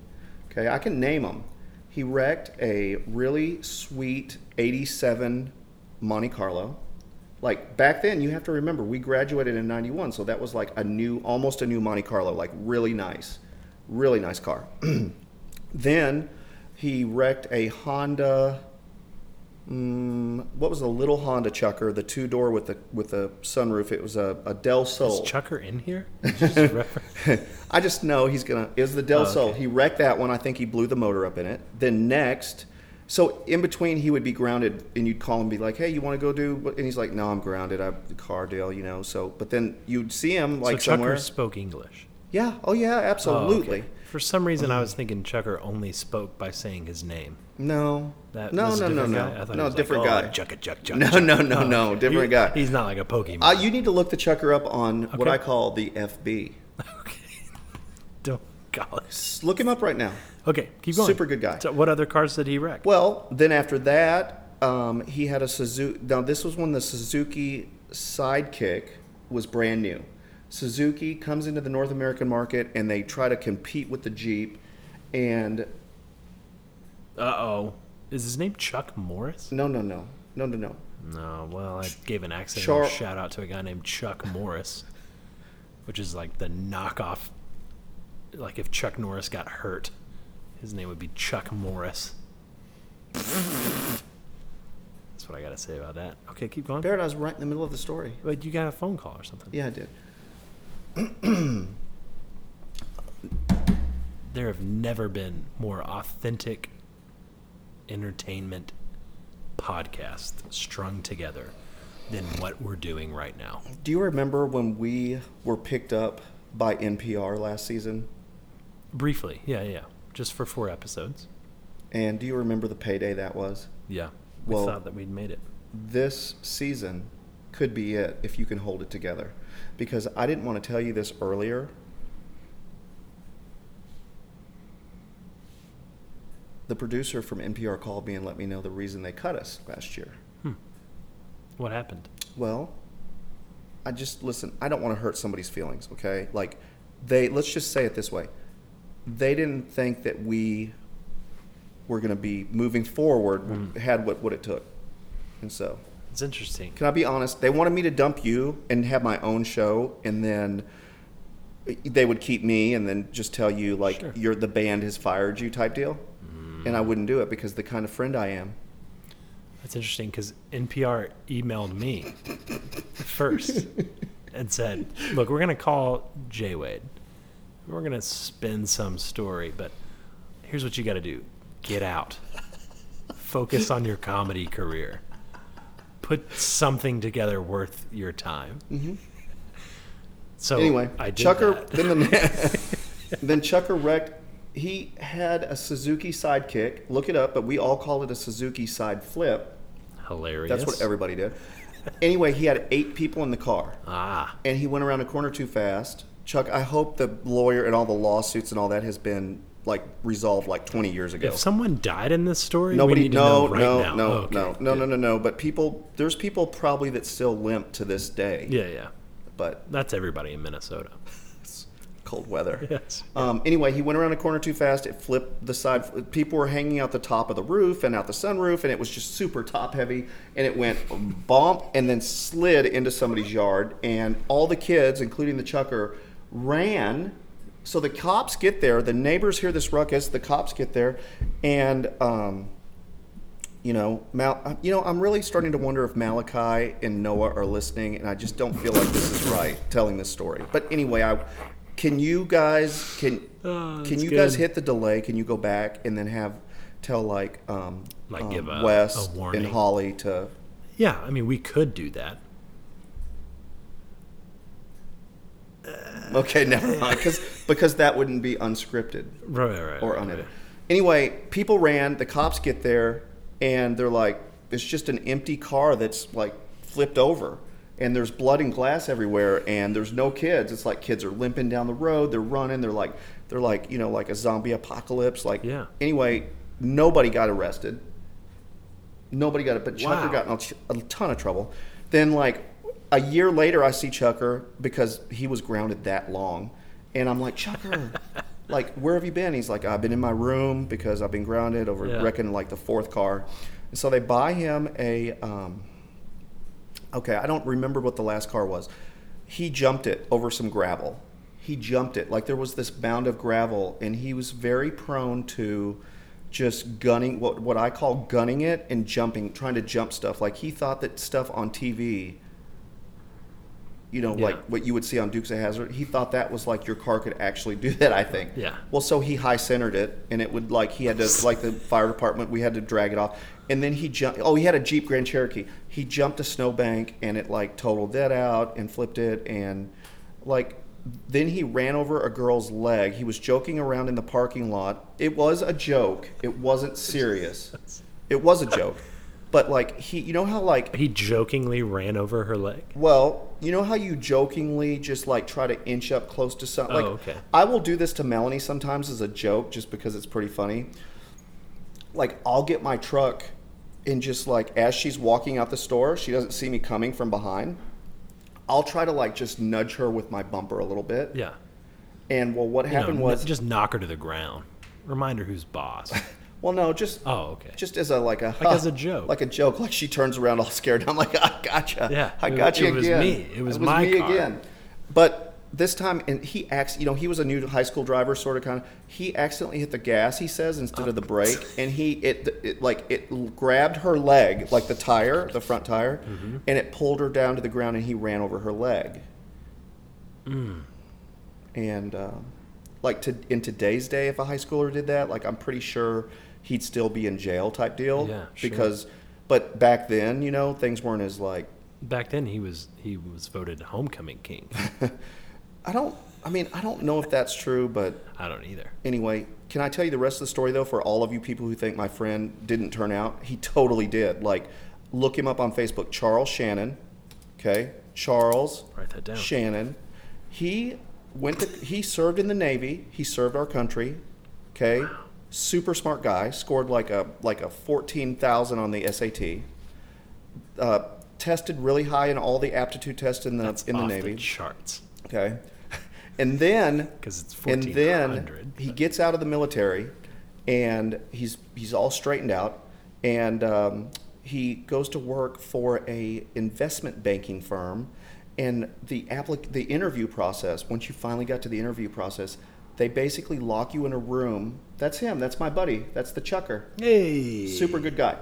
Speaker 2: Okay, I can name them. He wrecked a really sweet 87 Monte Carlo. like back then you have to remember we graduated in 91 so that was like a new almost a new monte carlo like really nice really nice car then he wrecked a honda mm, what was the little honda chucker the two door with the with the sunroof it was a, a del sol
Speaker 1: Is Chucker in here? Just a reference.
Speaker 2: I just know he's gonna. It was the Del
Speaker 1: Oh,
Speaker 2: Sol.
Speaker 1: okay.
Speaker 2: He wrecked that one. I think he blew the motor up in it. Then next, so in between he would be grounded, and you'd call him, and be like, "Hey, you want to go do?" What? And he's like, "No, I'm grounded. I have the car deal, you know." So, but then you'd see him like
Speaker 1: so
Speaker 2: somewhere.
Speaker 1: Chucker spoke English.
Speaker 2: Yeah. Oh yeah.
Speaker 1: Oh, okay.
Speaker 2: Absolutely. Mm-hmm.
Speaker 1: For some reason, I was thinking Chucker only spoke by saying his name.
Speaker 2: No.
Speaker 1: That
Speaker 2: no.
Speaker 1: was a
Speaker 2: No.
Speaker 1: different
Speaker 2: No. No.
Speaker 1: guy. I thought it
Speaker 2: No.
Speaker 1: was
Speaker 2: Different
Speaker 1: like,
Speaker 2: guy.
Speaker 1: Oh, Chucka, Chuck, Chuck.
Speaker 2: No,
Speaker 1: Chuck.
Speaker 2: no, no,
Speaker 1: Oh,
Speaker 2: no,
Speaker 1: okay.
Speaker 2: different
Speaker 1: He-
Speaker 2: guy.
Speaker 1: He's not like a Pokemon.
Speaker 2: Uh, you need to look the chucker up on what
Speaker 1: Okay.
Speaker 2: I call the FB.
Speaker 1: okay. Don't gosh.
Speaker 2: S- Look him up right now.
Speaker 1: Okay, keep going.
Speaker 2: Super good guy.
Speaker 1: So what other cars did he wreck?
Speaker 2: Well, then after that, um, he had a Suzuki. Now, this was when the Suzuki Sidekick was brand new. Suzuki comes into the North American market and they try to compete with the Jeep. And
Speaker 1: Uh oh. Is his name Chuck Morris?
Speaker 2: no, no, no, no, no, no.
Speaker 1: No. Well, I gave an accidental
Speaker 2: Char-
Speaker 1: shout out to a guy named Chuck Morris, which is like the knockoff. Like if Chuck Norris got hurt, his name would be Chuck Morris. That's what I gotta say about that. Okay, keep going.
Speaker 2: Barrett, I was right in the middle of the story.
Speaker 1: But you got a phone call or something.
Speaker 2: Yeah, I did.
Speaker 1: There have never been more authentic entertainment podcasts strung together than what we're doing right now.
Speaker 2: Do you remember when we were picked up by NPR last season?
Speaker 1: Briefly, yeah, yeah, yeah. just for four episodes.
Speaker 2: And do you remember the payday that was?
Speaker 1: Yeah, we
Speaker 2: Well-
Speaker 1: thought that we'd made it.
Speaker 2: this season could be it if you can hold it together. Because I didn't want to tell you this earlier. The producer from NPR called me and let me know the reason they cut us last year.
Speaker 1: What happened?
Speaker 2: Well, I just listen, I don't want to hurt somebody's feelings, okay? Like they let's just say it this way. They didn't think that we were going to be moving forward had what what it took. And so,
Speaker 1: It's interesting.
Speaker 2: can I be honest? They wanted me to dump you and have my own show, and then they would keep me, and then just tell you like
Speaker 1: Sure.
Speaker 2: you're the band has fired you type deal, and I wouldn't do it because the kind of friend I am.
Speaker 1: That's interesting because NPR emailed me first and said, "Look, we're gonna call Jay Wade. We're gonna spin some story, but here's what you got to do: get out, focus on your comedy career, put something together worth your time." So
Speaker 2: Mm-hmm. Anyway,
Speaker 1: Oh, I did
Speaker 2: Chucker
Speaker 1: that.
Speaker 2: then the then Chucker wrecked. He had a Suzuki sidekick. Look it up, but we all call it a Suzuki side flip.
Speaker 1: hilarious.
Speaker 2: That's what everybody did. Anyway, he had eight people in the car.
Speaker 1: ah.
Speaker 2: and he went around a corner too fast. Chuck, I hope the lawyer and all the lawsuits and all that has been like resolved like 20 years ago.
Speaker 1: If someone died in this story, we
Speaker 2: Nobody,
Speaker 1: need to
Speaker 2: no,
Speaker 1: know right
Speaker 2: no,
Speaker 1: now.
Speaker 2: no,
Speaker 1: Oh, okay.
Speaker 2: no, no, no, no, no. But people, there's people probably that still limp to this day.
Speaker 1: Yeah, yeah.
Speaker 2: But
Speaker 1: That's everybody in Minnesota.
Speaker 2: cold weather.
Speaker 1: Yes.
Speaker 2: Um, anyway, he went around a corner too fast. It flipped the side. People were hanging out the top of the roof and out the sunroof, and it was just super top heavy. And it went bump and then slid into somebody's yard. And all the kids, including the chucker, ran. So the cops get there. The neighbors hear this ruckus. The cops get there, and um, you know, Mal- you know, I'm really starting to wonder if Malachi and Noah are listening, and I just don't feel like this is right telling this story. But anyway, I can you guys can
Speaker 1: Oh,
Speaker 2: can
Speaker 1: that's
Speaker 2: you guys
Speaker 1: good.
Speaker 2: hit the delay? Can you go back and then have tell like um,
Speaker 1: Like
Speaker 2: um,
Speaker 1: give a-
Speaker 2: Wes
Speaker 1: a warning.
Speaker 2: and Holly to
Speaker 1: Yeah, I mean, we could do that.
Speaker 2: okay never mind because because that wouldn't be unscripted.
Speaker 1: Right, right, right.
Speaker 2: or
Speaker 1: right,
Speaker 2: unedited.
Speaker 1: right.
Speaker 2: Anyway, people ran. The cops get there, and they're like, "It's just an empty car that's like flipped over, and there's blood and glass everywhere, and there's no kids. It's like kids are limping down the road. They're running. They're like, they're like, you know, like a zombie apocalypse. Like,
Speaker 1: Yeah.
Speaker 2: Anyway, nobody got arrested. Nobody got it, but Chucker
Speaker 1: Wow.
Speaker 2: got in a ch- a ton of trouble. Then, like a year later, I see Chucker because he was grounded that long, and I'm like, Chucker, like where have you been? He's like, I've been in my room because I've been grounded over
Speaker 1: Yeah.
Speaker 2: wrecking like the fourth car, and so they buy him a um, okay, I don't remember what the last car was. He jumped it over some gravel. He jumped it. Like there was this mound of gravel, and he was very prone to just gunning what what I call gunning it and jumping, trying to jump stuff. Like he thought that stuff on TV, you know,
Speaker 1: Yeah.
Speaker 2: like what you would see on Dukes of Hazard, he thought that was like your car could actually do that. I think.
Speaker 1: Yeah.
Speaker 2: Well, so he high centered it, and it would like he had to like the fire department. We had to drag it off, and then he jumped. Oh, he had a Jeep Grand Cherokee. He jumped a snowbank, and it like totaled that out and flipped it, and like then he ran over a girl's leg. He was joking around in the parking lot. It was a joke. It wasn't serious. It was a joke, but like he, you know how like
Speaker 1: He jokingly ran over her leg.
Speaker 2: well, you know how you jokingly just like try to inch up close to something.
Speaker 1: Oh,
Speaker 2: Like,
Speaker 1: okay.
Speaker 2: I will do this to Melanie sometimes as a joke, just because it's pretty funny. Like I'll get my truck, and just like as she's walking out the store, she doesn't see me coming from behind. I'll try to like just nudge her with my bumper a little bit.
Speaker 1: Yeah.
Speaker 2: And well, what
Speaker 1: You know,
Speaker 2: happened
Speaker 1: kn-
Speaker 2: was
Speaker 1: just knock her to the ground. Remind her who's boss.
Speaker 2: well, no, just
Speaker 1: Oh, okay.
Speaker 2: just as a like a like
Speaker 1: as a joke.
Speaker 2: like a joke. Like she turns around all scared. I'm like, I gotcha.
Speaker 1: Yeah,
Speaker 2: I
Speaker 1: it-
Speaker 2: gotcha
Speaker 1: it was
Speaker 2: again.
Speaker 1: me. It was my
Speaker 2: me
Speaker 1: car.
Speaker 2: again. But this time, and he acts. You know, he was a new high school driver, sort of kind of. He accidentally hit the gas. He says instead of the brake, and he it, it like it grabbed her leg, like the tire, the front tire,
Speaker 1: Mm-hmm.
Speaker 2: and it pulled her down to the ground, and he ran over her leg. And um, like to in today's day, if a high schooler did that, like I'm pretty sure he'd still be in jail type deal.
Speaker 1: Yeah, sure.
Speaker 2: Because, but back then, you know, things weren't as like
Speaker 1: Back then, he was he was voted homecoming king.
Speaker 2: I don't. I mean, I don't know if that's true, but
Speaker 1: I don't either.
Speaker 2: anyway, can I tell you the rest of the story though? For all of you people who think my friend didn't turn out, he totally did. Like, look him up on Facebook, Charles Shannon. Okay, Charles
Speaker 1: Write that down.
Speaker 2: Shannon. He went to he served in the Navy. He served our country. Okay. Super smart guy. Scored like a like a fourteen thousand on the SAT. Uh, tested really high in all the aptitude tests in the
Speaker 1: That's
Speaker 2: in the
Speaker 1: off
Speaker 2: Navy.
Speaker 1: the charts
Speaker 2: okay. And then
Speaker 1: because it's
Speaker 2: and
Speaker 1: fourteen
Speaker 2: then
Speaker 1: hundred.
Speaker 2: he gets out of the military and he's he's all straightened out and um, he goes to work for a investment banking firm and the applic- the interview process once you finally got to the interview process they basically lock you in a room that's him that's my buddy that's the chucker
Speaker 1: Hey,
Speaker 2: super good guy.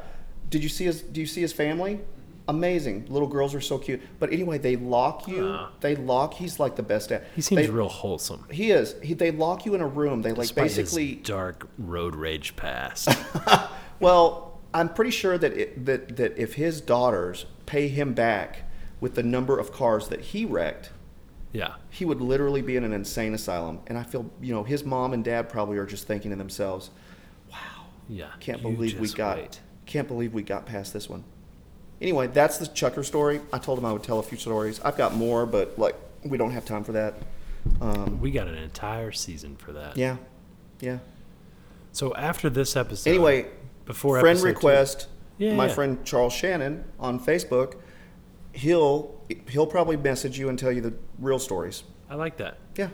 Speaker 2: Did you see his? Do you see his family? Amazing. Little girls are so cute. But anyway, they lock you.
Speaker 1: Ah.
Speaker 2: They lock. He's like the best at.
Speaker 1: He seems
Speaker 2: they,
Speaker 1: real wholesome.
Speaker 2: He is. He, they lock you in a room. They like
Speaker 1: despite his
Speaker 2: basically.
Speaker 1: dark road rage past.
Speaker 2: Well, I'm pretty sure that it, that that if his daughters pay him back with the number of cars that he wrecked,
Speaker 1: yeah,
Speaker 2: he would literally be in an insane asylum. And I feel, you know, his mom and dad probably are just thinking to themselves,
Speaker 1: yeah.
Speaker 2: Can't
Speaker 1: You
Speaker 2: believe we
Speaker 1: just
Speaker 2: got.
Speaker 1: wait.
Speaker 2: Can't believe we got past this one. Anyway, that's the Chucker story. I told him I would tell a few stories. I've got more, but like we don't have time for that. Um,
Speaker 1: We got an entire season for that.
Speaker 2: yeah, yeah.
Speaker 1: So after this episode,
Speaker 2: Anyway,
Speaker 1: before
Speaker 2: friend
Speaker 1: episode two-
Speaker 2: request.
Speaker 1: Yeah,
Speaker 2: my
Speaker 1: yeah.
Speaker 2: friend Charles Shannon on Facebook. He'll he'll probably message you and tell you the real stories.
Speaker 1: I like that.
Speaker 2: Yeah,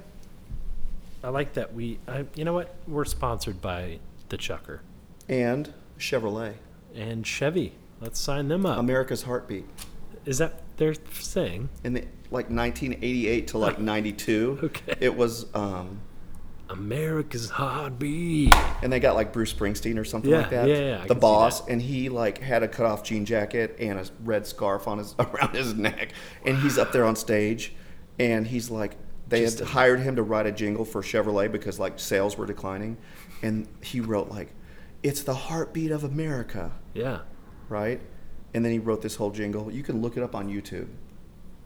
Speaker 1: I like that. We, I, you know what? We're sponsored by the Chucker
Speaker 2: and Chevrolet,
Speaker 1: and Chevy. Let's sign them up.
Speaker 2: America's heartbeat.
Speaker 1: Is that their thing?
Speaker 2: In the, like 1988 to like 92,
Speaker 1: Okay.
Speaker 2: it was, um,
Speaker 1: America's heartbeat.
Speaker 2: and they got like Bruce Springsteen or something
Speaker 1: Yeah,
Speaker 2: like that.
Speaker 1: yeah, yeah, I
Speaker 2: the
Speaker 1: can see
Speaker 2: boss,
Speaker 1: that.
Speaker 2: and he like had a cut off jean jacket and a red scarf on his around his neck, and he's up there on stage, and he's like, they
Speaker 1: Just
Speaker 2: had hired him to write a jingle for Chevrolet because like sales were declining, and he wrote like, "It's the heartbeat of America,"
Speaker 1: Yeah.
Speaker 2: right? And then he wrote this whole jingle. You can look it up on YouTube.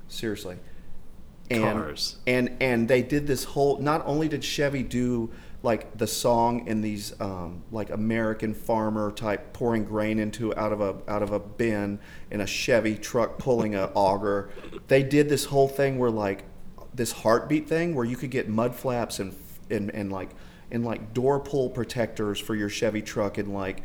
Speaker 2: Seriously. And,
Speaker 1: Cars.
Speaker 2: And and they did this whole. Not only did Chevy do like the song and these um, like American farmer type pouring grain into out of a out of a bin in a Chevy truck pulling a auger, they did this whole thing where like this heartbeat thing where you could get mud flaps and and, and like and like door pull protectors for your Chevy truck and like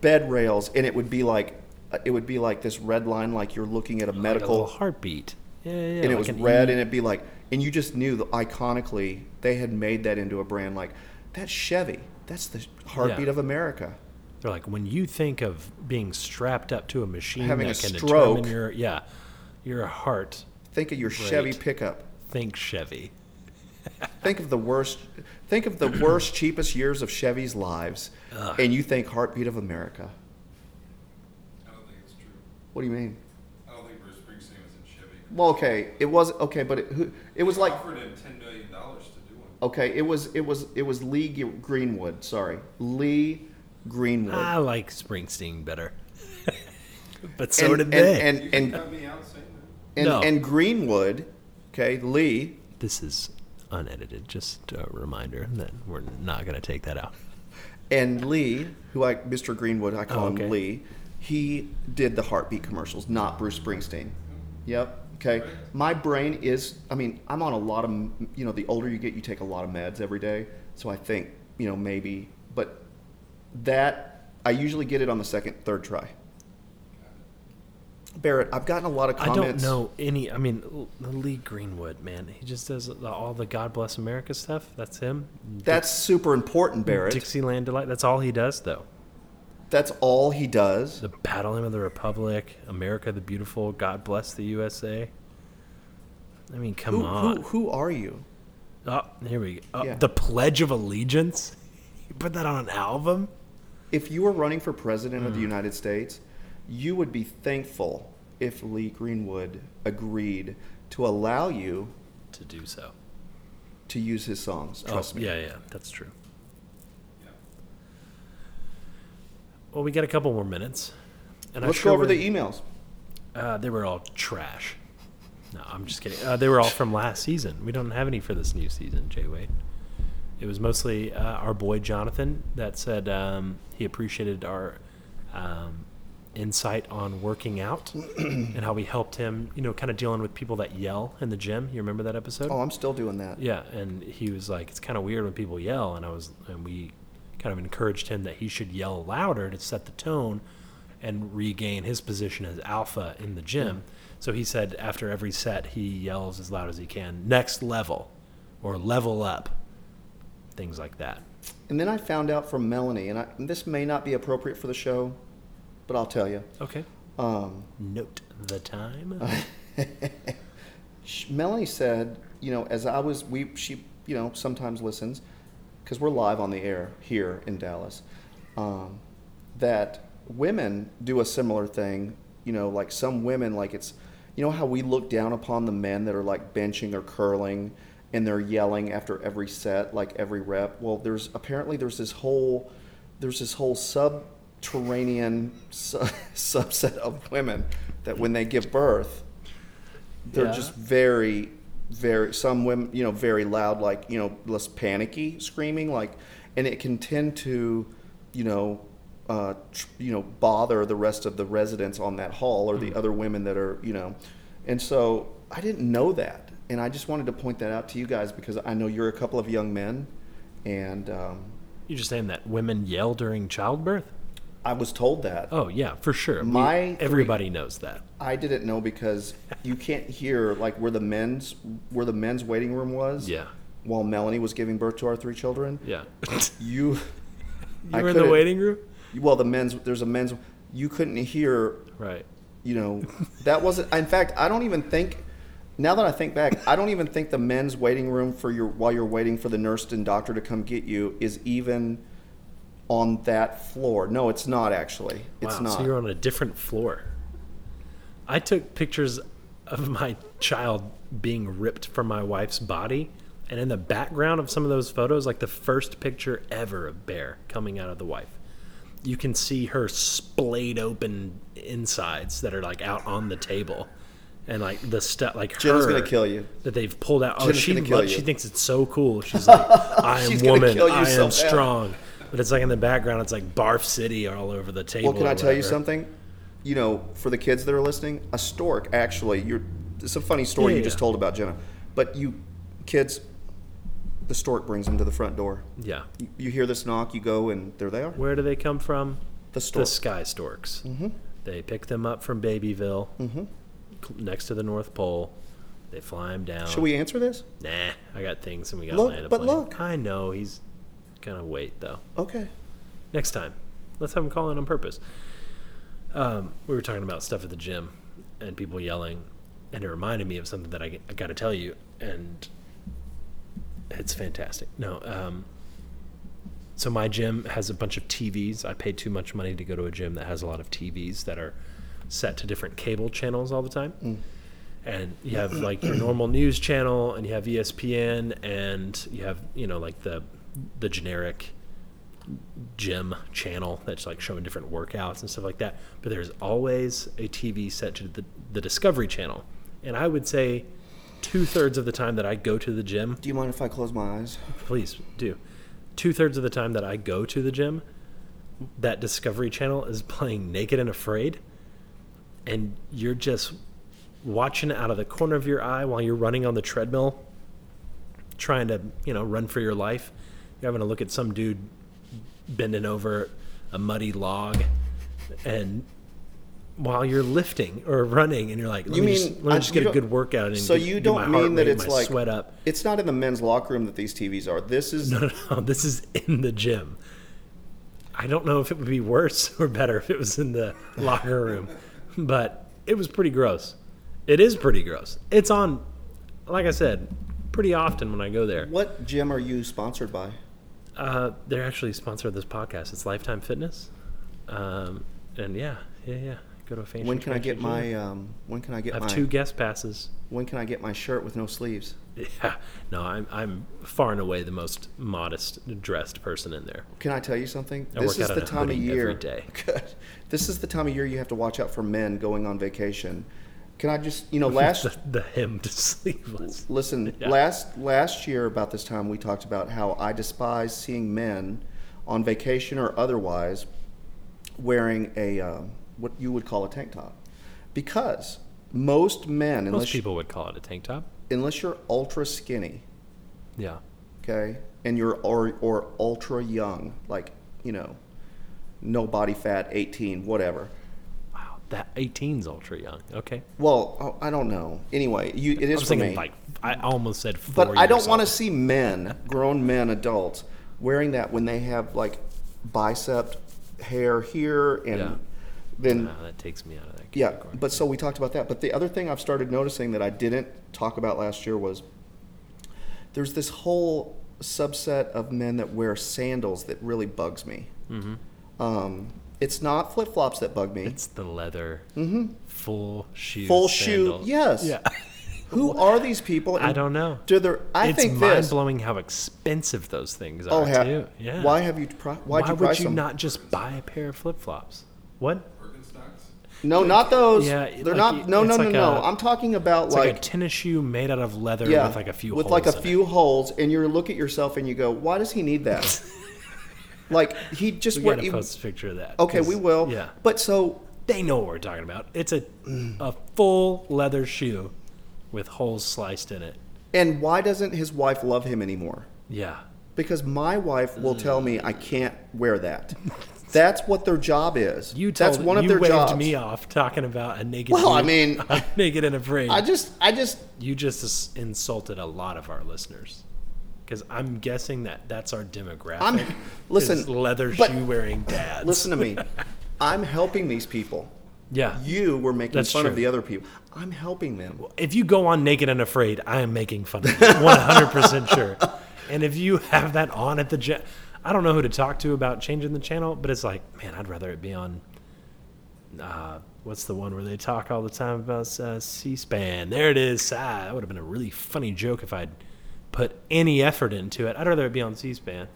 Speaker 2: bed rails and it would be like it would be like this red line like you're looking at a
Speaker 1: Like a
Speaker 2: medical
Speaker 1: little heartbeat. Yeah, yeah.
Speaker 2: and it was red and it'd be like and you just knew that iconically they had made that into a brand like that's Chevy that's the heartbeat
Speaker 1: Yeah.
Speaker 2: of America
Speaker 1: They're like when you think of being strapped up to a machine
Speaker 2: Having
Speaker 1: that
Speaker 2: a
Speaker 1: can
Speaker 2: stroke.
Speaker 1: determine your yeah, You're a heart.
Speaker 2: Think of your Chevy
Speaker 1: Right.
Speaker 2: pickup.
Speaker 1: Think Chevy.
Speaker 2: Think of the worst. Think of the worst, cheapest years of Chevy's lives, and you think "Heartbeat of America."
Speaker 3: I don't think it's true.
Speaker 2: What do you mean?
Speaker 3: I don't think Bruce Springsteen was in Chevy.
Speaker 2: Well, okay, it was okay, but it, who- it was like
Speaker 3: offered him ten million dollars to do one.
Speaker 2: okay, it was it was it was Lee G- Greenwood. Sorry, Lee Greenwood.
Speaker 1: I like Springsteen better. but so
Speaker 2: and,
Speaker 1: did
Speaker 2: and,
Speaker 1: they.
Speaker 2: And
Speaker 3: You
Speaker 2: and
Speaker 3: can cut me out saying that.
Speaker 2: and,
Speaker 1: No.
Speaker 2: and Greenwood, okay, Lee.
Speaker 1: this is unedited. Just a reminder that we're not going to take that out.
Speaker 2: And Lee, who I, Mr. Greenwood, I call
Speaker 1: Oh,
Speaker 2: him
Speaker 1: okay.
Speaker 2: Lee, he did the Heartbeat commercials, not Bruce Springsteen. Yep. Okay. My brain is, I mean, I'm on a lot of, you know, the older you get, you take a lot of meds every day. So I think, you know, maybe, but that, I usually get it on the second, third try. Barrett, I've gotten a lot of
Speaker 1: I
Speaker 2: comments.
Speaker 1: don't know any. I mean, L- Lee Greenwood, man, he just does the- all the "God Bless America" stuff. That's him.
Speaker 2: That's super important, Barrett.
Speaker 1: Dixieland delight. That's all he does, though.
Speaker 2: That's all he does.
Speaker 1: The Battle Hymn of the Republic, America the Beautiful, God Bless the USA. I mean, come
Speaker 2: Who,
Speaker 1: on.
Speaker 2: who, who are you?
Speaker 1: Oh, here we go. Oh,
Speaker 2: Yeah.
Speaker 1: The Pledge of Allegiance. You put that on an album.
Speaker 2: If you were running for president of the
Speaker 1: Hmm.
Speaker 2: United States, you would be thankful if Lee Greenwood agreed to allow you
Speaker 1: to do so.
Speaker 2: to use his songs. Trust
Speaker 1: oh,
Speaker 2: me.
Speaker 1: Yeah, yeah, that's true.
Speaker 3: Yeah.
Speaker 1: Well, we got a couple more minutes. And
Speaker 2: Let's
Speaker 1: sure
Speaker 2: go over
Speaker 1: we're-
Speaker 2: the e- emails.
Speaker 1: Uh, they were all trash. No, I'm just kidding. Uh, they were all from last season. We don't have any for this new season, Jay Wade. It was mostly uh, our boy Jonathan that said um, he appreciated our um, insight on working out and how we helped him, you know, kind of dealing with people that yell in the gym. You remember that episode?
Speaker 2: Oh, I'm still doing that.
Speaker 1: Yeah, and he was like, "It's kind of weird when people yell," and I was, and we kind of encouraged him that he should yell louder to set the tone and regain his position as alpha in the gym.
Speaker 2: Mm-hmm.
Speaker 1: So he said after every set, he yells as loud as he can, "Next level," or "Level up," things like that.
Speaker 2: And then I found out from Melanie, and, I, and this may not be appropriate for the show, but I'll tell you.
Speaker 1: Okay.
Speaker 2: Um,
Speaker 1: Note the time.
Speaker 2: sh- Melanie said, you know, as I was, we she, you know, sometimes listens because we're live on the air here in Dallas. Um, that women do a similar thing, you know, like some women, like it's, you know, how we look down upon the men that are like benching or curling and they're yelling after every set, like every rep. Well, there's apparently there's this whole there's this whole subterranean su- subset of women that when they give birth they're
Speaker 1: Yeah.
Speaker 2: just very very some women you know very loud like you know less panicky screaming like and it can tend to you know uh, tr- you know bother the rest of the residents on that hall or
Speaker 1: Hmm.
Speaker 2: the other women that are you know and so i didn't know that and i just wanted to point that out to you guys because i know you're a couple of young men and um,
Speaker 1: You're just saying that women yell during childbirth?
Speaker 2: i was told that
Speaker 1: Oh yeah, for sure. We-
Speaker 2: My three-
Speaker 1: everybody knows that.
Speaker 2: I didn't know because you can't hear like where the men's where the men's waiting room was.
Speaker 1: Yeah.
Speaker 2: While Melanie was giving birth to our three children,
Speaker 1: Yeah.
Speaker 2: you
Speaker 1: you
Speaker 2: I
Speaker 1: were in the
Speaker 2: couldn't-
Speaker 1: waiting room.
Speaker 2: well the men's there's a men's you couldn't hear
Speaker 1: Right.
Speaker 2: you know that wasn't in fact I don't even think now that I think back I don't even think the men's waiting room for your while you're waiting for the nurse and doctor to come get you is even on that floor. No, it's not actually. It's
Speaker 1: wow,
Speaker 2: not.
Speaker 1: So you're on a different floor. I took pictures of my child being ripped from my wife's body, and in the background of some of those photos, like the first picture ever of Bear coming out of the wife, you can see her splayed open insides that are like out on the table, and like the stuff like
Speaker 2: Jenna's
Speaker 1: her-
Speaker 2: gonna kill you.
Speaker 1: that they've pulled out. Oh,
Speaker 2: Jenna's
Speaker 1: she
Speaker 2: gonna kill
Speaker 1: lo- she
Speaker 2: you.
Speaker 1: thinks it's so cool. She's like, I am
Speaker 2: She's gonna
Speaker 1: woman.
Speaker 2: kill you
Speaker 1: I
Speaker 2: so
Speaker 1: am
Speaker 2: bad.
Speaker 1: strong. But it's like in the background, it's like Barf City all over the table.
Speaker 2: Well, can
Speaker 1: or
Speaker 2: I tell you
Speaker 1: whatever.
Speaker 2: something? You know, for the kids that are listening, a stork actually. You're. It's a funny story
Speaker 1: Yeah,
Speaker 2: you just
Speaker 1: yeah.
Speaker 2: told about Jenna, but you, kids, the stork brings them to the front door.
Speaker 1: Yeah.
Speaker 2: You, you hear this knock, you go, and there they are.
Speaker 1: Where do they come from?
Speaker 2: The stork.
Speaker 1: The sky storks. Mm-hmm. They pick them up from Babyville, mm-hmm. next to the North Pole. They fly them down.
Speaker 2: Should we answer this?
Speaker 1: Nah, I got things, and we got
Speaker 2: Look,
Speaker 1: land a
Speaker 2: but
Speaker 1: plane.
Speaker 2: look.
Speaker 1: I know he's gonna wait though.
Speaker 2: Okay.
Speaker 1: Next time, let's have him call in on purpose. Um, we were talking about stuff at the gym and people yelling, and it reminded me of something that I, I got to tell you, and it's fantastic. No, um, so my gym has a bunch of TVs. I pay too much money to go to a gym that has a lot of TVs that are set to different cable channels all the time. And you have like your normal news channel, and you have E ESPN, and you have you know like the the generic gym channel that's like showing different workouts and stuff like that. But there's always a TV set to the, the Discovery Channel. And I would say two thirds of the time that I go to the gym,
Speaker 2: Do you mind if I close my eyes?
Speaker 1: please do, two thirds of the time that I go to the gym, that Discovery Channel is playing Naked and Afraid. And you're just watching out of the corner of your eye while you're running on the treadmill, trying to, you know, run for your life. You're having to look at some dude bending over a muddy log and while you're lifting or running and you're like, let
Speaker 2: You
Speaker 1: me
Speaker 2: mean-
Speaker 1: just, let me
Speaker 2: I-
Speaker 1: just
Speaker 2: you
Speaker 1: get a
Speaker 2: don't-
Speaker 1: good workout and
Speaker 2: So
Speaker 1: get-
Speaker 2: you
Speaker 1: get my
Speaker 2: don't
Speaker 1: heart
Speaker 2: mean that
Speaker 1: rate,
Speaker 2: it's
Speaker 1: my
Speaker 2: like
Speaker 1: sweat up.
Speaker 2: It's not in the men's locker room that these TVs are. This is
Speaker 1: No, no, no. This is in the gym. I don't know if it would be worse or better if it was in the locker room, but it was pretty gross. It is pretty gross. It's on, like I said, pretty often when I go there.
Speaker 2: what gym are you sponsored by?
Speaker 1: Uh, they're actually sponsored this podcast. It's Lifetime Fitness, um, and yeah, yeah, yeah. Go to a fancy.
Speaker 2: When can I get
Speaker 1: fancy gym.
Speaker 2: my um, when can I get
Speaker 1: I have
Speaker 2: my
Speaker 1: two guest passes.
Speaker 2: when can I get my shirt with no sleeves?
Speaker 1: Yeah, no, I'm I'm far and away the most modest dressed person in there.
Speaker 2: Can I tell you something?
Speaker 1: I work
Speaker 2: this is
Speaker 1: out in
Speaker 2: the
Speaker 1: a
Speaker 2: time of
Speaker 1: hoodie
Speaker 2: year.
Speaker 1: every day.
Speaker 2: Good. This is the time of year you have to watch out for men going on vacation. Can I just you know last
Speaker 1: the, the hemmed sleeveless.
Speaker 2: listen
Speaker 1: Yeah.
Speaker 2: last last year about this time we talked about how I despise seeing men on vacation or otherwise wearing a um, what you would call a tank top because most men unless
Speaker 1: Most people would call it a tank top.
Speaker 2: unless you're ultra skinny
Speaker 1: Yeah.
Speaker 2: okay and you're or, or ultra young like you know no body fat 18 whatever
Speaker 1: Wow, that 18's ultra young. Okay.
Speaker 2: well oh, i don't know anyway you it
Speaker 1: I
Speaker 2: is
Speaker 1: was
Speaker 2: for
Speaker 1: thinking
Speaker 2: me
Speaker 1: like I almost said four.
Speaker 2: but i don't want to
Speaker 1: to.
Speaker 2: see men grown men adults wearing that when they have like bicep hair here and
Speaker 1: Yeah.
Speaker 2: then
Speaker 1: that takes me out of that.
Speaker 2: Yeah,
Speaker 1: category.
Speaker 2: but so we talked about that. But the other thing I've started noticing that I didn't talk about last year was there's this whole subset of men that wear sandals that really bugs me. Mm-hmm. Um, it's not flip flops that bug me.
Speaker 1: it's the leather full shoe.
Speaker 2: Mm-hmm. Full
Speaker 1: sandal.
Speaker 2: shoe. Yes.
Speaker 1: Yeah.
Speaker 2: Who are these people?
Speaker 1: I
Speaker 2: and
Speaker 1: don't know.
Speaker 2: Do there, I
Speaker 1: it's
Speaker 2: think
Speaker 1: mind
Speaker 2: this.
Speaker 1: blowing how expensive those things
Speaker 2: oh,
Speaker 1: are
Speaker 2: ha-
Speaker 1: too. Yeah.
Speaker 2: Why have you? Pri- why'd
Speaker 1: Why
Speaker 2: you
Speaker 1: would
Speaker 2: price
Speaker 1: you
Speaker 2: them?
Speaker 1: not just buy a pair of flip flops? What?
Speaker 3: Birkenstocks?
Speaker 2: no, not those.
Speaker 1: Yeah,
Speaker 2: They're
Speaker 1: like,
Speaker 2: not. No, no,
Speaker 1: it's
Speaker 2: no,
Speaker 1: like
Speaker 2: no.
Speaker 1: a-
Speaker 2: I'm talking about
Speaker 1: It's like, a tennis shoe made out of leather
Speaker 2: yeah,
Speaker 1: with like a few
Speaker 2: with
Speaker 1: holes
Speaker 2: like a
Speaker 1: in it.
Speaker 2: few holes, and you look at yourself and you go, "Why does he need that?" like he just
Speaker 1: We
Speaker 2: went-
Speaker 1: gotta
Speaker 2: he-
Speaker 1: post a picture of that.
Speaker 2: okay,
Speaker 1: 'cause-
Speaker 2: we will.
Speaker 1: Yeah.
Speaker 2: But so
Speaker 1: they know what we're talking about. It's a a full leather shoe with holes sliced in it.
Speaker 2: and why doesn't his wife love him anymore?
Speaker 1: Yeah.
Speaker 2: Because my wife will tell me
Speaker 1: Mm.
Speaker 2: I can't wear that. That's what their job is.
Speaker 1: You told
Speaker 2: That's one of
Speaker 1: you
Speaker 2: their
Speaker 1: waved
Speaker 2: jobs.
Speaker 1: me off talking about a naked
Speaker 2: Well, I
Speaker 1: nude-
Speaker 2: mean-
Speaker 1: a naked and afraid.
Speaker 2: I just, I just,
Speaker 1: you just s- insulted a lot of our listeners. Cuz I'm guessing that that's our demographic.
Speaker 2: I'm. Listen,
Speaker 1: is leather
Speaker 2: but-
Speaker 1: shoe wearing dads.
Speaker 2: Listen to me. I'm helping these people.
Speaker 1: Yeah.
Speaker 2: You were making
Speaker 1: That's
Speaker 2: fun of
Speaker 1: true.
Speaker 2: the other people. I'm helping them.
Speaker 1: if you go on naked and afraid, I am making fun of you. 100% sure. And if you have that on at the jet, I don't know who to talk to about changing the channel, but it's like, man, I'd rather it be on. Uh, what's the one where they talk all the time about uh, C-SPAN? There it is. Si. That would have been a really funny joke if I'd put any effort into it. I'd rather it be on C-SPAN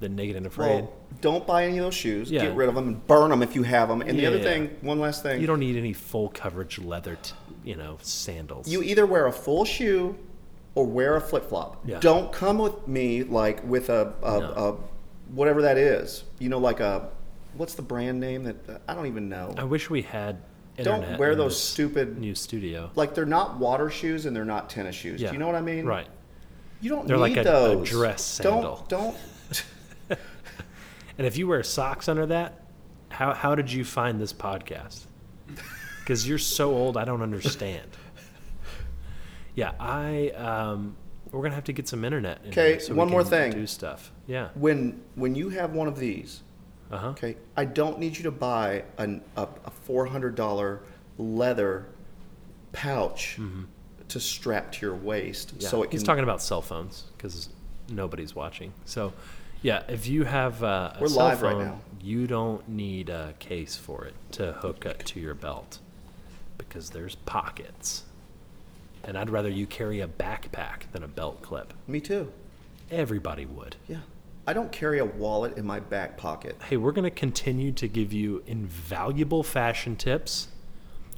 Speaker 1: than naked and afraid.
Speaker 2: Well, don't buy any of those shoes.
Speaker 1: Yeah.
Speaker 2: Get rid of them and burn them if you have them. And the other
Speaker 1: Yeah.
Speaker 2: thing, one last thing,
Speaker 1: you don't need any full coverage leather, t- you know, sandals.
Speaker 2: you either wear a full shoe or wear a flip flop.
Speaker 1: Yeah.
Speaker 2: Don't come with me like with a, a,
Speaker 1: No.
Speaker 2: a whatever that is. You know, like a what's the brand name that I don't even know.
Speaker 1: I wish we had.
Speaker 2: Don't
Speaker 1: internet
Speaker 2: wear
Speaker 1: in
Speaker 2: those
Speaker 1: this
Speaker 2: stupid-
Speaker 1: new studio.
Speaker 2: like they're not water shoes and they're not tennis shoes. Do you know what I mean?
Speaker 1: Right.
Speaker 2: You don't
Speaker 1: They're like
Speaker 2: need
Speaker 1: a- a
Speaker 2: those.
Speaker 1: dress sandal.
Speaker 2: Don't don't.
Speaker 1: And if you wear socks under that, how how did you find this podcast? Because you're so old, I don't understand. Yeah, I um, we're gonna have to get some internet. in
Speaker 2: Okay,
Speaker 1: here so we
Speaker 2: one more
Speaker 1: can
Speaker 2: thing.
Speaker 1: Do stuff. Yeah.
Speaker 2: When when you have one of these,
Speaker 1: Uh huh.
Speaker 2: Okay, I don't need you to buy an, a, a four hundred dollar leather pouch to strap to your waist,
Speaker 1: Mm-hmm. Yeah.
Speaker 2: so it
Speaker 1: he's
Speaker 2: can.
Speaker 1: talking about cell phones because nobody's watching. So, yeah, if you have uh, a
Speaker 2: We're
Speaker 1: cell
Speaker 2: live right
Speaker 1: phone,
Speaker 2: now.
Speaker 1: you don't need a case for it to hook up to your belt because there's pockets. And I'd rather you carry a backpack than a belt clip.
Speaker 2: me too.
Speaker 1: Everybody would.
Speaker 2: Yeah, I don't carry a wallet in my back pocket.
Speaker 1: Hey, we're going to continue to give you invaluable fashion tips.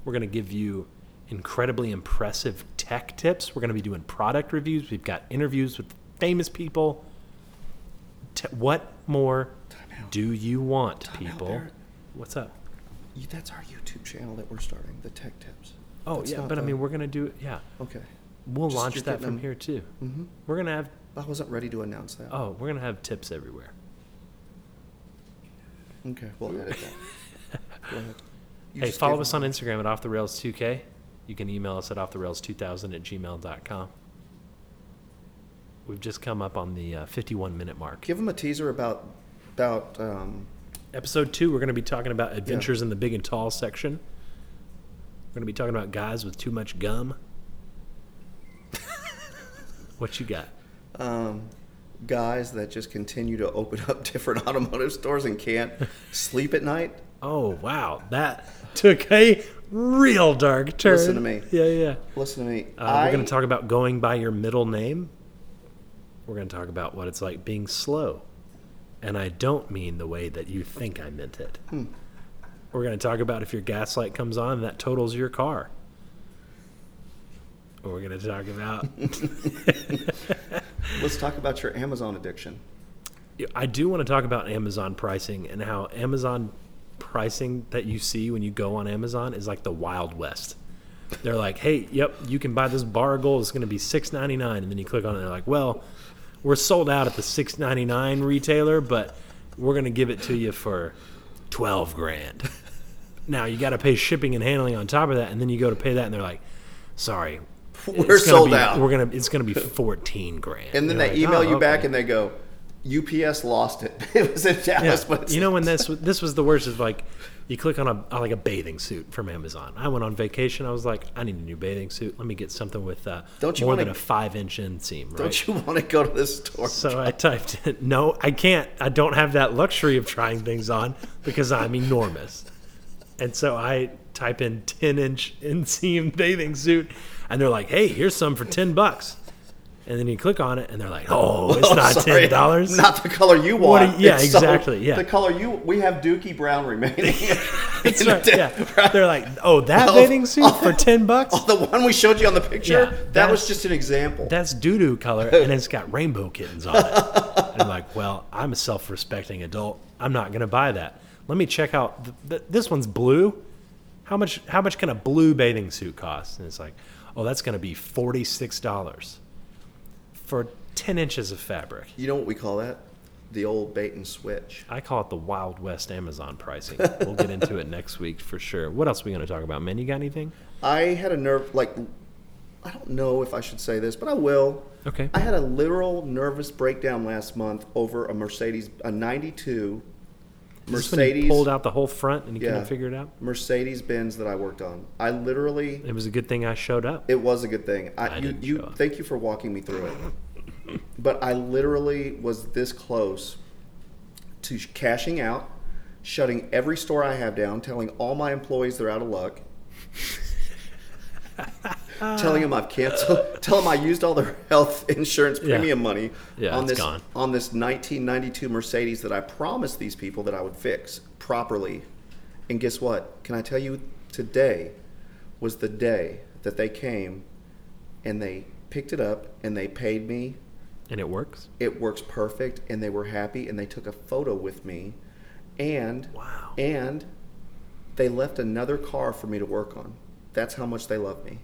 Speaker 1: We're going to give you incredibly impressive tech tips. We're going to be doing product reviews. We've got interviews with famous people. T- what more
Speaker 2: Time out.
Speaker 1: do you want,
Speaker 2: Time out,
Speaker 1: people?
Speaker 2: Barrett.
Speaker 1: What's up?
Speaker 2: You- That's our YouTube channel that we're starting, the Tech Tips.
Speaker 1: Oh,
Speaker 2: That's
Speaker 1: yeah,
Speaker 2: not
Speaker 1: but I
Speaker 2: the-
Speaker 1: mean, we're going to do Yeah.
Speaker 2: Okay,
Speaker 1: We'll
Speaker 2: Just
Speaker 1: launch
Speaker 2: you're
Speaker 1: that
Speaker 2: getting
Speaker 1: from
Speaker 2: them-
Speaker 1: here, too. Mm-hmm. We're going to have,
Speaker 2: I wasn't ready to announce that.
Speaker 1: oh, we're going to have tips everywhere.
Speaker 2: Okay, we'll edit that. Go ahead. You
Speaker 1: hey,
Speaker 2: just
Speaker 1: follow
Speaker 2: gave
Speaker 1: us
Speaker 2: them-
Speaker 1: on Instagram at Off the Rails 2K. You can email us at offtherails2000 at gmail.com. We've just come up on the uh, 51 minute mark.
Speaker 2: Give them a teaser about about um,
Speaker 1: Episode two, we're going to be talking about adventures in the big and tall section. We're going to be talking about guys with too much gum. what you got?
Speaker 2: um, guys that just continue to open up different automotive stores and can't sleep at night.
Speaker 1: Oh, wow. That took a real dark turn.
Speaker 2: Listen to me.
Speaker 1: Yeah, yeah.
Speaker 2: Listen to me.
Speaker 1: Uh, We're going to talk about going by your middle name. We're going to talk about what it's like being slow. And I don't mean the way that you think I meant it. We're going to talk about if your gaslight comes on, that totals your car. We're going to talk about.
Speaker 2: Let's talk about your Amazon addiction.
Speaker 1: I do want to talk about Amazon pricing and how Amazon pricing that you see when you go on Amazon is like the Wild West. They're like, hey, yep, you can buy this bar of gold. It's going to be six ninety nine, and then you click on it. and They're like, well, we're sold out at the six ninety nine retailer, but we're going to give it to you for twelve grand. Now you got to pay shipping and handling on top of that, and then you go to pay that, and they're like, sorry, it's
Speaker 2: We're
Speaker 1: gonna
Speaker 2: sold
Speaker 1: be-
Speaker 2: out.
Speaker 1: We're gonna it's going to be fourteen grand.
Speaker 2: And then
Speaker 1: You're
Speaker 2: they
Speaker 1: like,
Speaker 2: email
Speaker 1: "Oh,
Speaker 2: you back
Speaker 1: okay."
Speaker 2: and they go, UPS lost it. it was in Dallas, but it's
Speaker 1: you know when this this was the worst is like you click on a on, like a bathing suit from Amazon. I went on vacation. I was like, I need a new bathing suit. Let me get something with uh,
Speaker 2: Don't you
Speaker 1: more
Speaker 2: wanna-
Speaker 1: than a five inch inseam. Right?
Speaker 2: Don't you want to go to this store?
Speaker 1: so I typed in, no, I can't. I don't have that luxury of trying things on because I'm enormous. And so I type in 10 inch inseam bathing suit, and they're like, hey, here's some for 10 bucks. And then you click on it, and they're like, oh, it's
Speaker 2: Oh,
Speaker 1: not
Speaker 2: sorry.
Speaker 1: $10.
Speaker 2: Not the color you
Speaker 1: What
Speaker 2: want.
Speaker 1: do you- yeah,
Speaker 2: It's so-
Speaker 1: exactly, yeah.
Speaker 2: the color you. We have Dookie Brown remaining.
Speaker 1: That's right, yeah. They're like, oh, that bathing suit for 10 bucks?
Speaker 2: Oh, the one we showed you on the picture.
Speaker 1: Yeah,
Speaker 2: that was
Speaker 1: that's-
Speaker 2: just an example.
Speaker 1: That's doo doo color, and it's got rainbow kittens on it. and I'm like, well, I'm a self respecting adult. I'm not going to buy that. Let me check out. Th- th- this one's blue. How much? How much can a blue bathing suit cost? And it's like, oh, that's going to be forty six dollars for ten inches of fabric.
Speaker 2: you know what we call that? The old bait and switch.
Speaker 1: I call it the Wild West Amazon pricing. We'll get into it next week for sure. What else are we going to talk about, man? You got anything?
Speaker 2: I had a nerve. Like, I don't know if I should say this, but I will.
Speaker 1: Okay.
Speaker 2: I had a literal nervous breakdown last month over a Mercedes, a
Speaker 1: Is
Speaker 2: '92
Speaker 1: this when you
Speaker 2: Mercedes
Speaker 1: pulled out the whole front and you
Speaker 2: Yeah.
Speaker 1: couldn't figure it out.
Speaker 2: Mercedes Benz that I worked on. I literally
Speaker 1: It was a good thing I showed up.
Speaker 2: It was a good thing. I,
Speaker 1: I
Speaker 2: you,
Speaker 1: didn't show
Speaker 2: you,
Speaker 1: up.
Speaker 2: thank you for walking me through it. but I literally was this close to sh- cashing out, shutting every store I have down, telling all my employees they're out of luck, telling them I've canceled, tell them I used all their health insurance
Speaker 1: Yeah.
Speaker 2: premium money
Speaker 1: Yeah,
Speaker 2: on
Speaker 1: it's
Speaker 2: this
Speaker 1: gone.
Speaker 2: on this 1992 Mercedes that I promised these people that I would fix properly. And guess what? Can I tell you today was the day that they came and they picked it up and they paid me.
Speaker 1: and it works.
Speaker 2: It works perfect and they were happy and they took a photo with me and
Speaker 1: Wow.
Speaker 2: and they left another car for me to work on. That's how much they love me.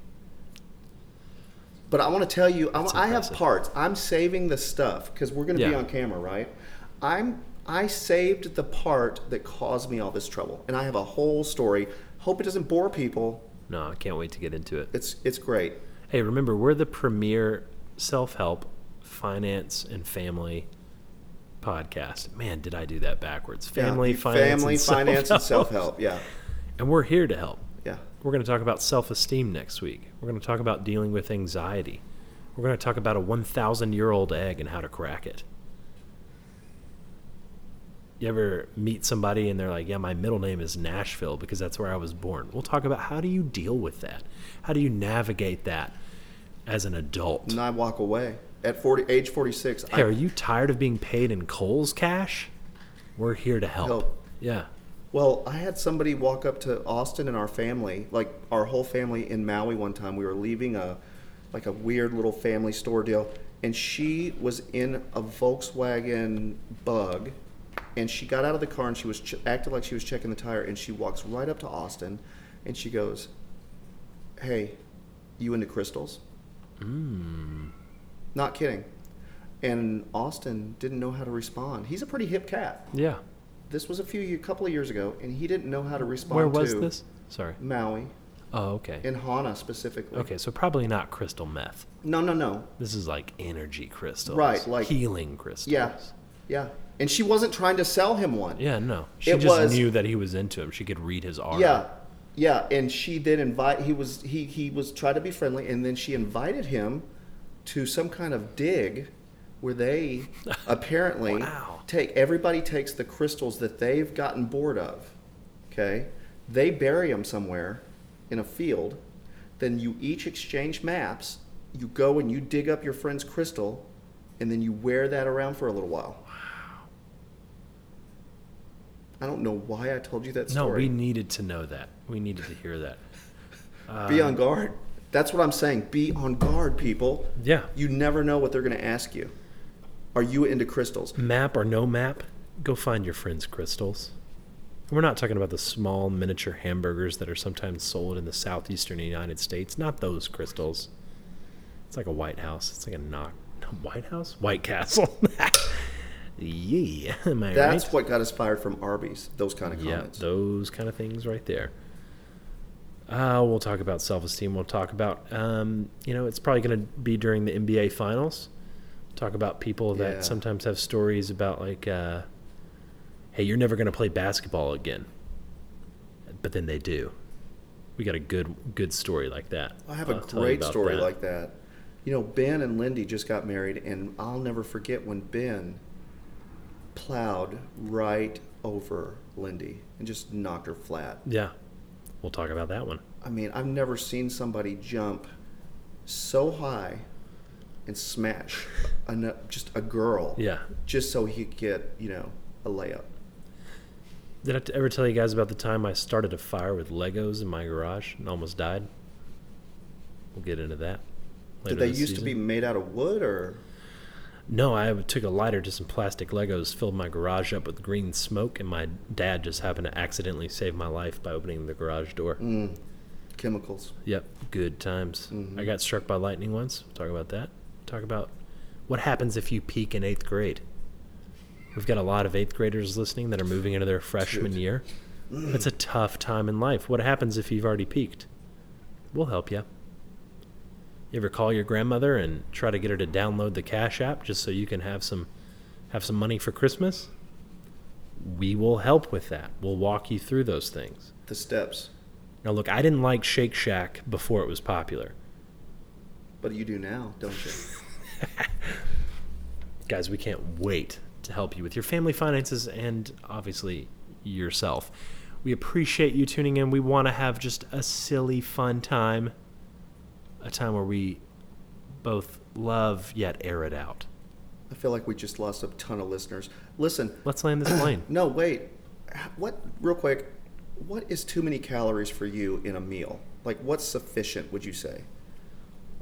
Speaker 2: But I want to tell you, I, I have
Speaker 1: impressive.
Speaker 2: parts. I'm saving the stuff because we're going to be
Speaker 1: Yeah.
Speaker 2: on camera, right? I'm I saved the part that caused me all this trouble, and I have a whole story. Hope it doesn't bore people.
Speaker 1: No, I can't wait to get into it.
Speaker 2: It's it's great.
Speaker 1: Hey, remember, we're the premier self help, finance, and family podcast. Man, did I do that backwards.
Speaker 2: Yeah,
Speaker 1: Family,
Speaker 2: you-
Speaker 1: finance,
Speaker 2: family,
Speaker 1: and
Speaker 2: finance, and
Speaker 1: self-help.
Speaker 2: self help. Yeah,
Speaker 1: And we're here to help.
Speaker 2: Yeah.
Speaker 1: We're going to talk about self esteem next week. We're going to talk about dealing with anxiety. We're going to talk about a 1,000 year old egg and how to crack it. You ever meet somebody and they're like, Yeah, my middle name is Nashville because that's where I was born. We'll talk about how do you deal with that? How do you navigate that as an adult?
Speaker 2: And I walk away at 40, age 46.
Speaker 1: Hey,
Speaker 2: I
Speaker 1: are you tired of being paid in Coles cash? We're here to help.
Speaker 2: Help.
Speaker 1: Yeah.
Speaker 2: Well, I had somebody walk up to Austin and our family, like our whole family in Maui one time. We were leaving a like a weird little family store deal and she was in a Volkswagen bug and she got out of the car and she was ch- acted like she was checking the tire and she walks right up to Austin and she goes, "Hey, you into crystals?" Not kidding. And Austin didn't know how to respond. He's a pretty hip cat.
Speaker 1: Yeah.
Speaker 2: This was a few, a couple of years ago, and he didn't know how to respond.
Speaker 1: Where was
Speaker 2: to
Speaker 1: this? Sorry.
Speaker 2: Maui,
Speaker 1: Oh, okay.
Speaker 2: in Hana specifically.
Speaker 1: Okay, so probably not crystal meth.
Speaker 2: No, no, no.
Speaker 1: This is like energy crystals.
Speaker 2: Right, like-
Speaker 1: healing crystals.
Speaker 2: Yeah, yeah. And she wasn't trying to sell him one.
Speaker 1: Yeah, no. She
Speaker 2: It
Speaker 1: just
Speaker 2: was-
Speaker 1: knew that he was into him. She could read his aura.
Speaker 2: yeah, yeah. And she did invite. He was he he was trying to be friendly, and then she invited him to some kind of dig where they apparently
Speaker 1: Wow.
Speaker 2: take everybody takes the crystals that they've gotten bored of. Okay, they bury them somewhere in a field. Then you each exchange maps. You go and you dig up your friend's crystal, and then you wear that around for a little while. I don't know why I told you that
Speaker 1: No,
Speaker 2: story
Speaker 1: we needed to know that. We needed to hear that.
Speaker 2: be
Speaker 1: Um,
Speaker 2: on guard. That's what I'm saying. Be on guard, people.
Speaker 1: Yeah.
Speaker 2: You never know what they're going to ask you. Are you into crystals?
Speaker 1: Map or no map, go find your friend's crystals. And We're not talking about the small miniature hamburgers that are sometimes sold in the southeastern United States. Not those crystals. It's like a White House. It's like a knock. No, White House? White Castle. yeah. Am I
Speaker 2: That's
Speaker 1: right?
Speaker 2: what got us fired from Arby's. Those kind of
Speaker 1: Yeah,
Speaker 2: comments.
Speaker 1: those kind of things right there. Uh, we'll talk about self esteem. We'll talk about, um, you know, it's probably going to be during the NBA finals. Talk about people that
Speaker 2: Yeah.
Speaker 1: sometimes have stories about, like, uh, hey, you're never going to play basketball again. But then they do. We got a good good story like that.
Speaker 2: I have a
Speaker 1: I'll tell you
Speaker 2: great
Speaker 1: about
Speaker 2: story like that. You know, Ben and Lindy just got married, and I'll never forget when Ben plowed right over Lindy and just knocked her flat.
Speaker 1: Yeah. We'll talk about that one.
Speaker 2: I mean, I've never seen somebody jump so high and smash an, just a girl.
Speaker 1: Yeah.
Speaker 2: Just so he could get, you know, a layup.
Speaker 1: Did I t- ever tell you guys about the time I started a fire with Legos in my garage and almost died? We'll get into that.
Speaker 2: Did they used to be made out of wood or?
Speaker 1: No, I took a lighter to some plastic Legos, filled my garage up with green smoke, and my dad just happened to accidentally save my life by opening the garage door.
Speaker 2: Mm, chemicals.
Speaker 1: Yep, good times. I got struck by lightning once. We'll talk about that. Talk about what happens if you peak in eighth grade. We've got a lot of eighth graders listening that are moving into their freshman year. It's a tough time in life. What happens if you've already peaked? We'll help you. You ever call your grandmother and try to get her to download the Cash app just so you can have some have some money for Christmas? We will help with that. We'll walk you through those things.
Speaker 2: The steps.
Speaker 1: Now, look, I didn't like Shake Shack before it was popular.
Speaker 2: But you do now, don't you?
Speaker 1: Guys, we can't wait to help you with your family finances and obviously yourself. We appreciate you tuning in. We want to have just a silly, fun time, a time where we both love yet air it out.
Speaker 2: I feel like we just lost a ton of listeners. Listen,
Speaker 1: Let's land this plane.
Speaker 2: no, wait. What, real quick, what is too many calories for you in a meal? Like, what's sufficient, would you say?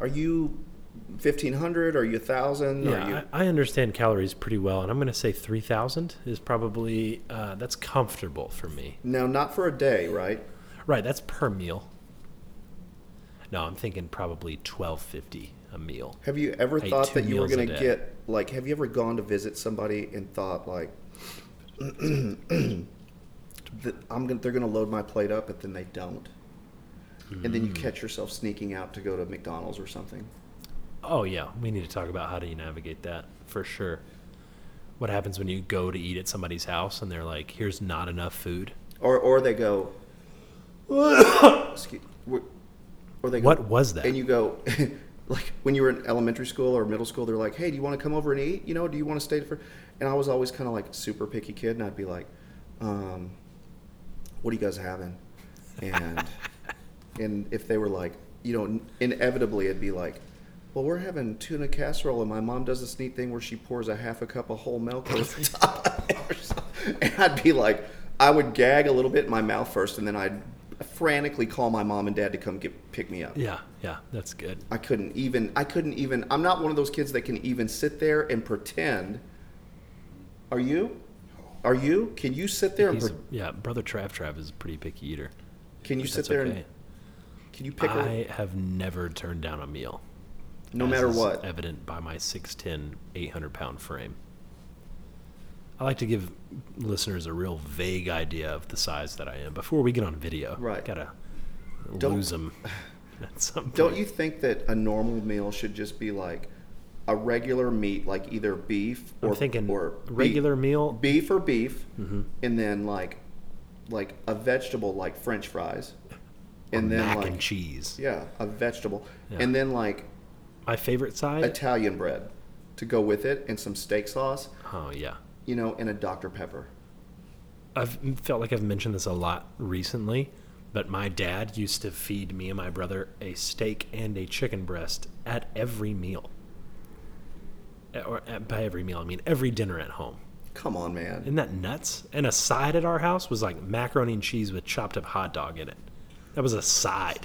Speaker 2: Are you 1,500? Are you 1,000? Are you...
Speaker 1: Yeah, I, I understand calories pretty well, and I'm going to say 3,000 is probably uh, that's comfortable for me.
Speaker 2: Now, not for a day, right?
Speaker 1: Right, that's per meal. No, I'm thinking probably twelve fifty a meal.
Speaker 2: Have you ever
Speaker 1: I
Speaker 2: thought
Speaker 1: ate two
Speaker 2: that you were
Speaker 1: meals a
Speaker 2: going to
Speaker 1: day.
Speaker 2: get, like, have you ever gone to visit somebody and thought, like, that I'm gonna, they're going to load my plate up, but then they don't? And
Speaker 1: Hmm.
Speaker 2: then you catch yourself sneaking out to go to McDonald's or something.
Speaker 1: Oh yeah, we need to talk about how do you navigate that for sure. What happens when you go to eat at somebody's house and they're like, "Here's not enough food."
Speaker 2: Or, or they go, Excuse, were, or they go,
Speaker 1: What was that?
Speaker 2: and you go like when you were in elementary school or middle school they're like hey do you want to come over and eat you know do you want to stay for and i was always kind of like super picky kid and i'd be like um, what are you guys having and and if they were like you know inevitably it'd be like well we're having tuna casserole and my mom does this neat thing where she pours a half a cup of whole milk over the top of it or something. and i'd be like i would gag a little bit in my mouth first and then i'd frantically call my mom and dad to come get pick me up
Speaker 1: yeah, yeah, that's good.
Speaker 2: I couldn't even. I couldn't even. I'm not one of those kids that can even sit there and pretend. Are you? Are you? Can you sit there and
Speaker 1: He's,
Speaker 2: pre-
Speaker 1: yeah, brother Trav Trav is a pretty picky eater.
Speaker 2: can you
Speaker 1: but
Speaker 2: sit
Speaker 1: that's
Speaker 2: there
Speaker 1: okay.
Speaker 2: and can you pick?
Speaker 1: I
Speaker 2: a
Speaker 1: have never turned down a meal.
Speaker 2: no
Speaker 1: as
Speaker 2: matter
Speaker 1: is
Speaker 2: what.
Speaker 1: Evident by my 6'10, 800 pound frame. I like to give listeners a real vague idea of the size that I am before we get on video.
Speaker 2: Right.
Speaker 1: Gotta lose 'em
Speaker 2: Don't-
Speaker 1: lose them at some point.
Speaker 2: Don't you think that a normal meal should just be like a regular meat, like either beef
Speaker 1: I'm
Speaker 2: or
Speaker 1: thinking
Speaker 2: or
Speaker 1: regular Mm-hmm.
Speaker 2: beef,
Speaker 1: meal.
Speaker 2: beef or beef, and then like like a vegetable like French fries,
Speaker 1: or
Speaker 2: and then
Speaker 1: mac
Speaker 2: like
Speaker 1: and cheese.
Speaker 2: yeah, a vegetable,
Speaker 1: Yeah.
Speaker 2: and then like
Speaker 1: My favorite side?
Speaker 2: Italian bread to go with it and some steak sauce,
Speaker 1: oh, yeah.
Speaker 2: you know, and a Dr. Pepper.
Speaker 1: I've felt like I've mentioned this a lot recently, but my dad used to feed me and my brother a steak and a chicken breast at every meal. At- Or at, by every meal, I mean every dinner at home.
Speaker 2: Come on, man.
Speaker 1: Isn't that nuts? And a side at our house was like macaroni and cheese with chopped up hot dog in it. That was a side.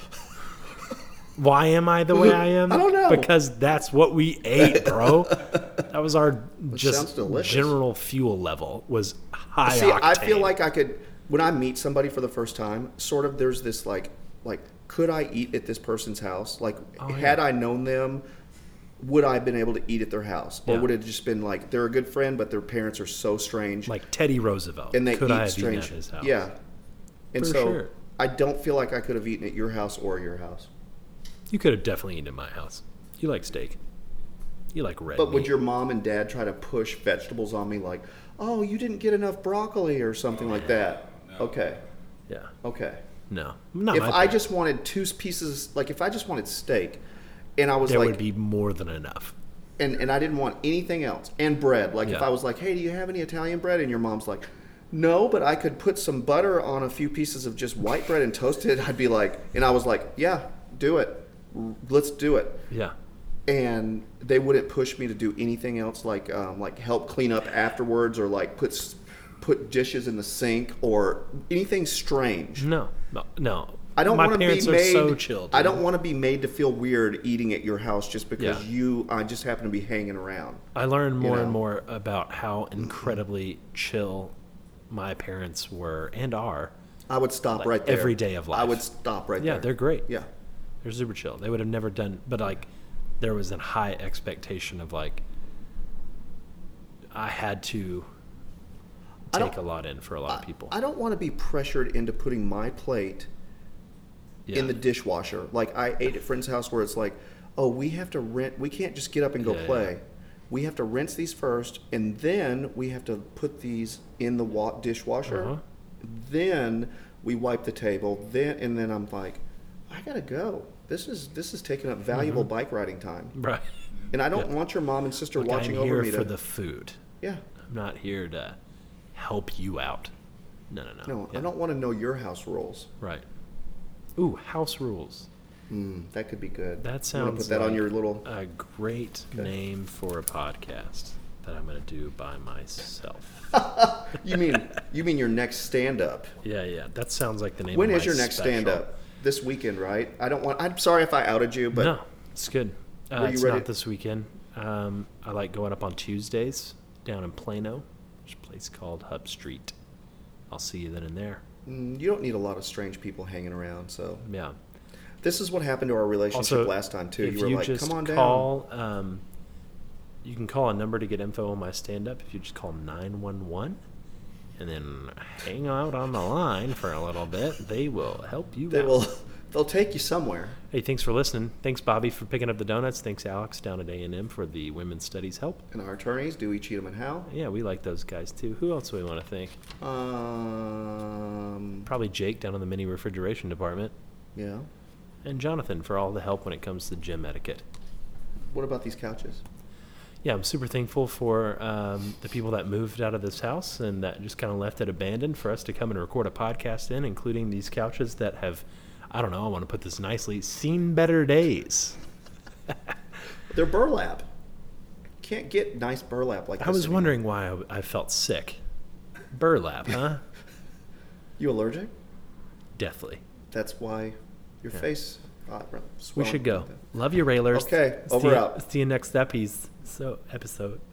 Speaker 1: Why am I the way I am?
Speaker 2: I don't know.
Speaker 1: Because that's what we ate, bro. that was our
Speaker 2: sounds
Speaker 1: just
Speaker 2: delicious.
Speaker 1: general fuel level was high
Speaker 2: See, I feel
Speaker 1: octane.
Speaker 2: like I could when I meet somebody for the first time, sort of there's this like like could I eat at this person's house? Like
Speaker 1: Oh, yeah.
Speaker 2: had I known them, would I have been able to eat at their house? Or
Speaker 1: Yeah.
Speaker 2: would it have just been like they're a good friend but their parents are so strange
Speaker 1: like Teddy Roosevelt.
Speaker 2: and they
Speaker 1: could
Speaker 2: eat
Speaker 1: I have eaten
Speaker 2: strange.
Speaker 1: at his house?
Speaker 2: Yeah. And
Speaker 1: For
Speaker 2: so
Speaker 1: sure.
Speaker 2: I don't feel like I could have eaten at your house or your house.
Speaker 1: you could have definitely eaten at my house. You like steak. You like red.
Speaker 2: But would
Speaker 1: meat.
Speaker 2: your mom and dad try to push vegetables on me like, oh, you didn't get enough broccoli or something like that? Okay,
Speaker 1: yeah?
Speaker 2: okay.
Speaker 1: No, not
Speaker 2: If
Speaker 1: my
Speaker 2: I
Speaker 1: parents.
Speaker 2: just wanted two pieces, like if I just wanted steak, and I was
Speaker 1: there
Speaker 2: like,
Speaker 1: would be more than enough.
Speaker 2: and, and I didn't want anything else, and bread, like if
Speaker 1: Yeah.
Speaker 2: I was like, hey, do you have any Italian bread? And your mom's like, no, but I could put some butter on a few pieces of just white bread and toast it. I'd be like, and I was like, yeah, do it. R- Let's do it.
Speaker 1: Yeah,
Speaker 2: and they wouldn't push me to do anything else like um, like help clean up afterwards or like put s- put dishes in the sink or anything strange.
Speaker 1: no, no, no.
Speaker 2: I don't
Speaker 1: My
Speaker 2: want to be
Speaker 1: parents are
Speaker 2: made.
Speaker 1: so chilled.
Speaker 2: I don't want to be made to feel weird eating at your house just because
Speaker 1: Yeah.
Speaker 2: you I just happen to be hanging around.
Speaker 1: I learned more and
Speaker 2: know.
Speaker 1: more about how incredibly chill my parents were and are.
Speaker 2: I would stop
Speaker 1: Like,
Speaker 2: right there.
Speaker 1: every day of
Speaker 2: I
Speaker 1: life.
Speaker 2: would stop right
Speaker 1: Yeah,
Speaker 2: there.
Speaker 1: they're great.
Speaker 2: Yeah.
Speaker 1: They're super chill. They would have never done, but like, there was a high expectation of like, I had to
Speaker 2: I
Speaker 1: take
Speaker 2: don't-
Speaker 1: a lot in for a lot of people.
Speaker 2: I don't want to be pressured into putting my plate
Speaker 1: yeah.
Speaker 2: in the dishwasher. Like I ate at friend's house where it's like, oh, we have to rent. We can't just get up and go
Speaker 1: Yeah, yeah.
Speaker 2: play. We have to rinse these first, and then we have to put these in the wa- dishwasher.
Speaker 1: Uh-huh.
Speaker 2: Then we wipe the table. Then and then I'm like, I gotta go. This is this is taking up valuable bike riding time,
Speaker 1: right.
Speaker 2: and I don't
Speaker 1: Mm-hmm. Yeah.
Speaker 2: want your mom and sister
Speaker 1: Like,
Speaker 2: watching
Speaker 1: I'm here
Speaker 2: over me.
Speaker 1: for
Speaker 2: to,
Speaker 1: the food.
Speaker 2: yeah,
Speaker 1: I'm not here to help you out. No, no, no.
Speaker 2: no,
Speaker 1: Yeah.
Speaker 2: I don't want to know your house rules.
Speaker 1: Right. Ooh, house rules.
Speaker 2: Mm, that could be good.
Speaker 1: That
Speaker 2: You wanna
Speaker 1: sounds
Speaker 2: put that on
Speaker 1: like
Speaker 2: your little.
Speaker 1: a great name for a podcast that I'm going to do by myself.
Speaker 2: You mean you mean your next stand up?
Speaker 1: yeah, yeah. That sounds like the name.
Speaker 2: When
Speaker 1: of
Speaker 2: is
Speaker 1: my
Speaker 2: your next
Speaker 1: special.
Speaker 2: stand up? This weekend, right? I don't want. I'm sorry if I outed you, but
Speaker 1: no, it's good. Uh,
Speaker 2: Were you
Speaker 1: it's
Speaker 2: ready-
Speaker 1: not this weekend. Um, I like going up on Tuesdays down in Plano. There's a place called Hub Street. I'll see you then and there.
Speaker 2: mm, you don't need a lot of strange people hanging around. So
Speaker 1: Yeah.
Speaker 2: this is what happened to our relationship
Speaker 1: Also,
Speaker 2: last time too.
Speaker 1: If
Speaker 2: You were like,
Speaker 1: just
Speaker 2: "Come on down."
Speaker 1: call, Um, you can call a number to get info on my stand up. If you just call 911 and then hang out on the line for a little bit, they will help you
Speaker 2: They
Speaker 1: out.
Speaker 2: will. They'll take you somewhere.
Speaker 1: Hey, thanks for listening. Thanks, Bobby, for picking up the donuts. Thanks, Alex, down at A&M for the women's studies help.
Speaker 2: And our attorneys, Dewey, Cheatham, and Howe.
Speaker 1: Yeah, we like those guys too. Who else do we want to thank?
Speaker 2: Um,
Speaker 1: Probably Jake down in the mini refrigeration department,
Speaker 2: yeah.
Speaker 1: and Jonathan for all the help when it comes to gym etiquette.
Speaker 2: What about these couches?
Speaker 1: Yeah, I'm super thankful for um, the people that moved out of this house and that just kind of left it abandoned for us to come and record a podcast in, including these couches that have, I don't know, I want to put this nicely, seen better days.
Speaker 2: They're burlap. Can't get nice burlap like this.
Speaker 1: I was
Speaker 2: anymore.
Speaker 1: wondering why I- I felt sick. Burlap, huh?
Speaker 2: You allergic?
Speaker 1: Deathly.
Speaker 2: That's why your
Speaker 1: Yeah.
Speaker 2: face. Got
Speaker 1: We should go. Love you, Railers.
Speaker 2: Okay,
Speaker 1: see
Speaker 2: over
Speaker 1: you,
Speaker 2: out.
Speaker 1: See you next episode. So episode.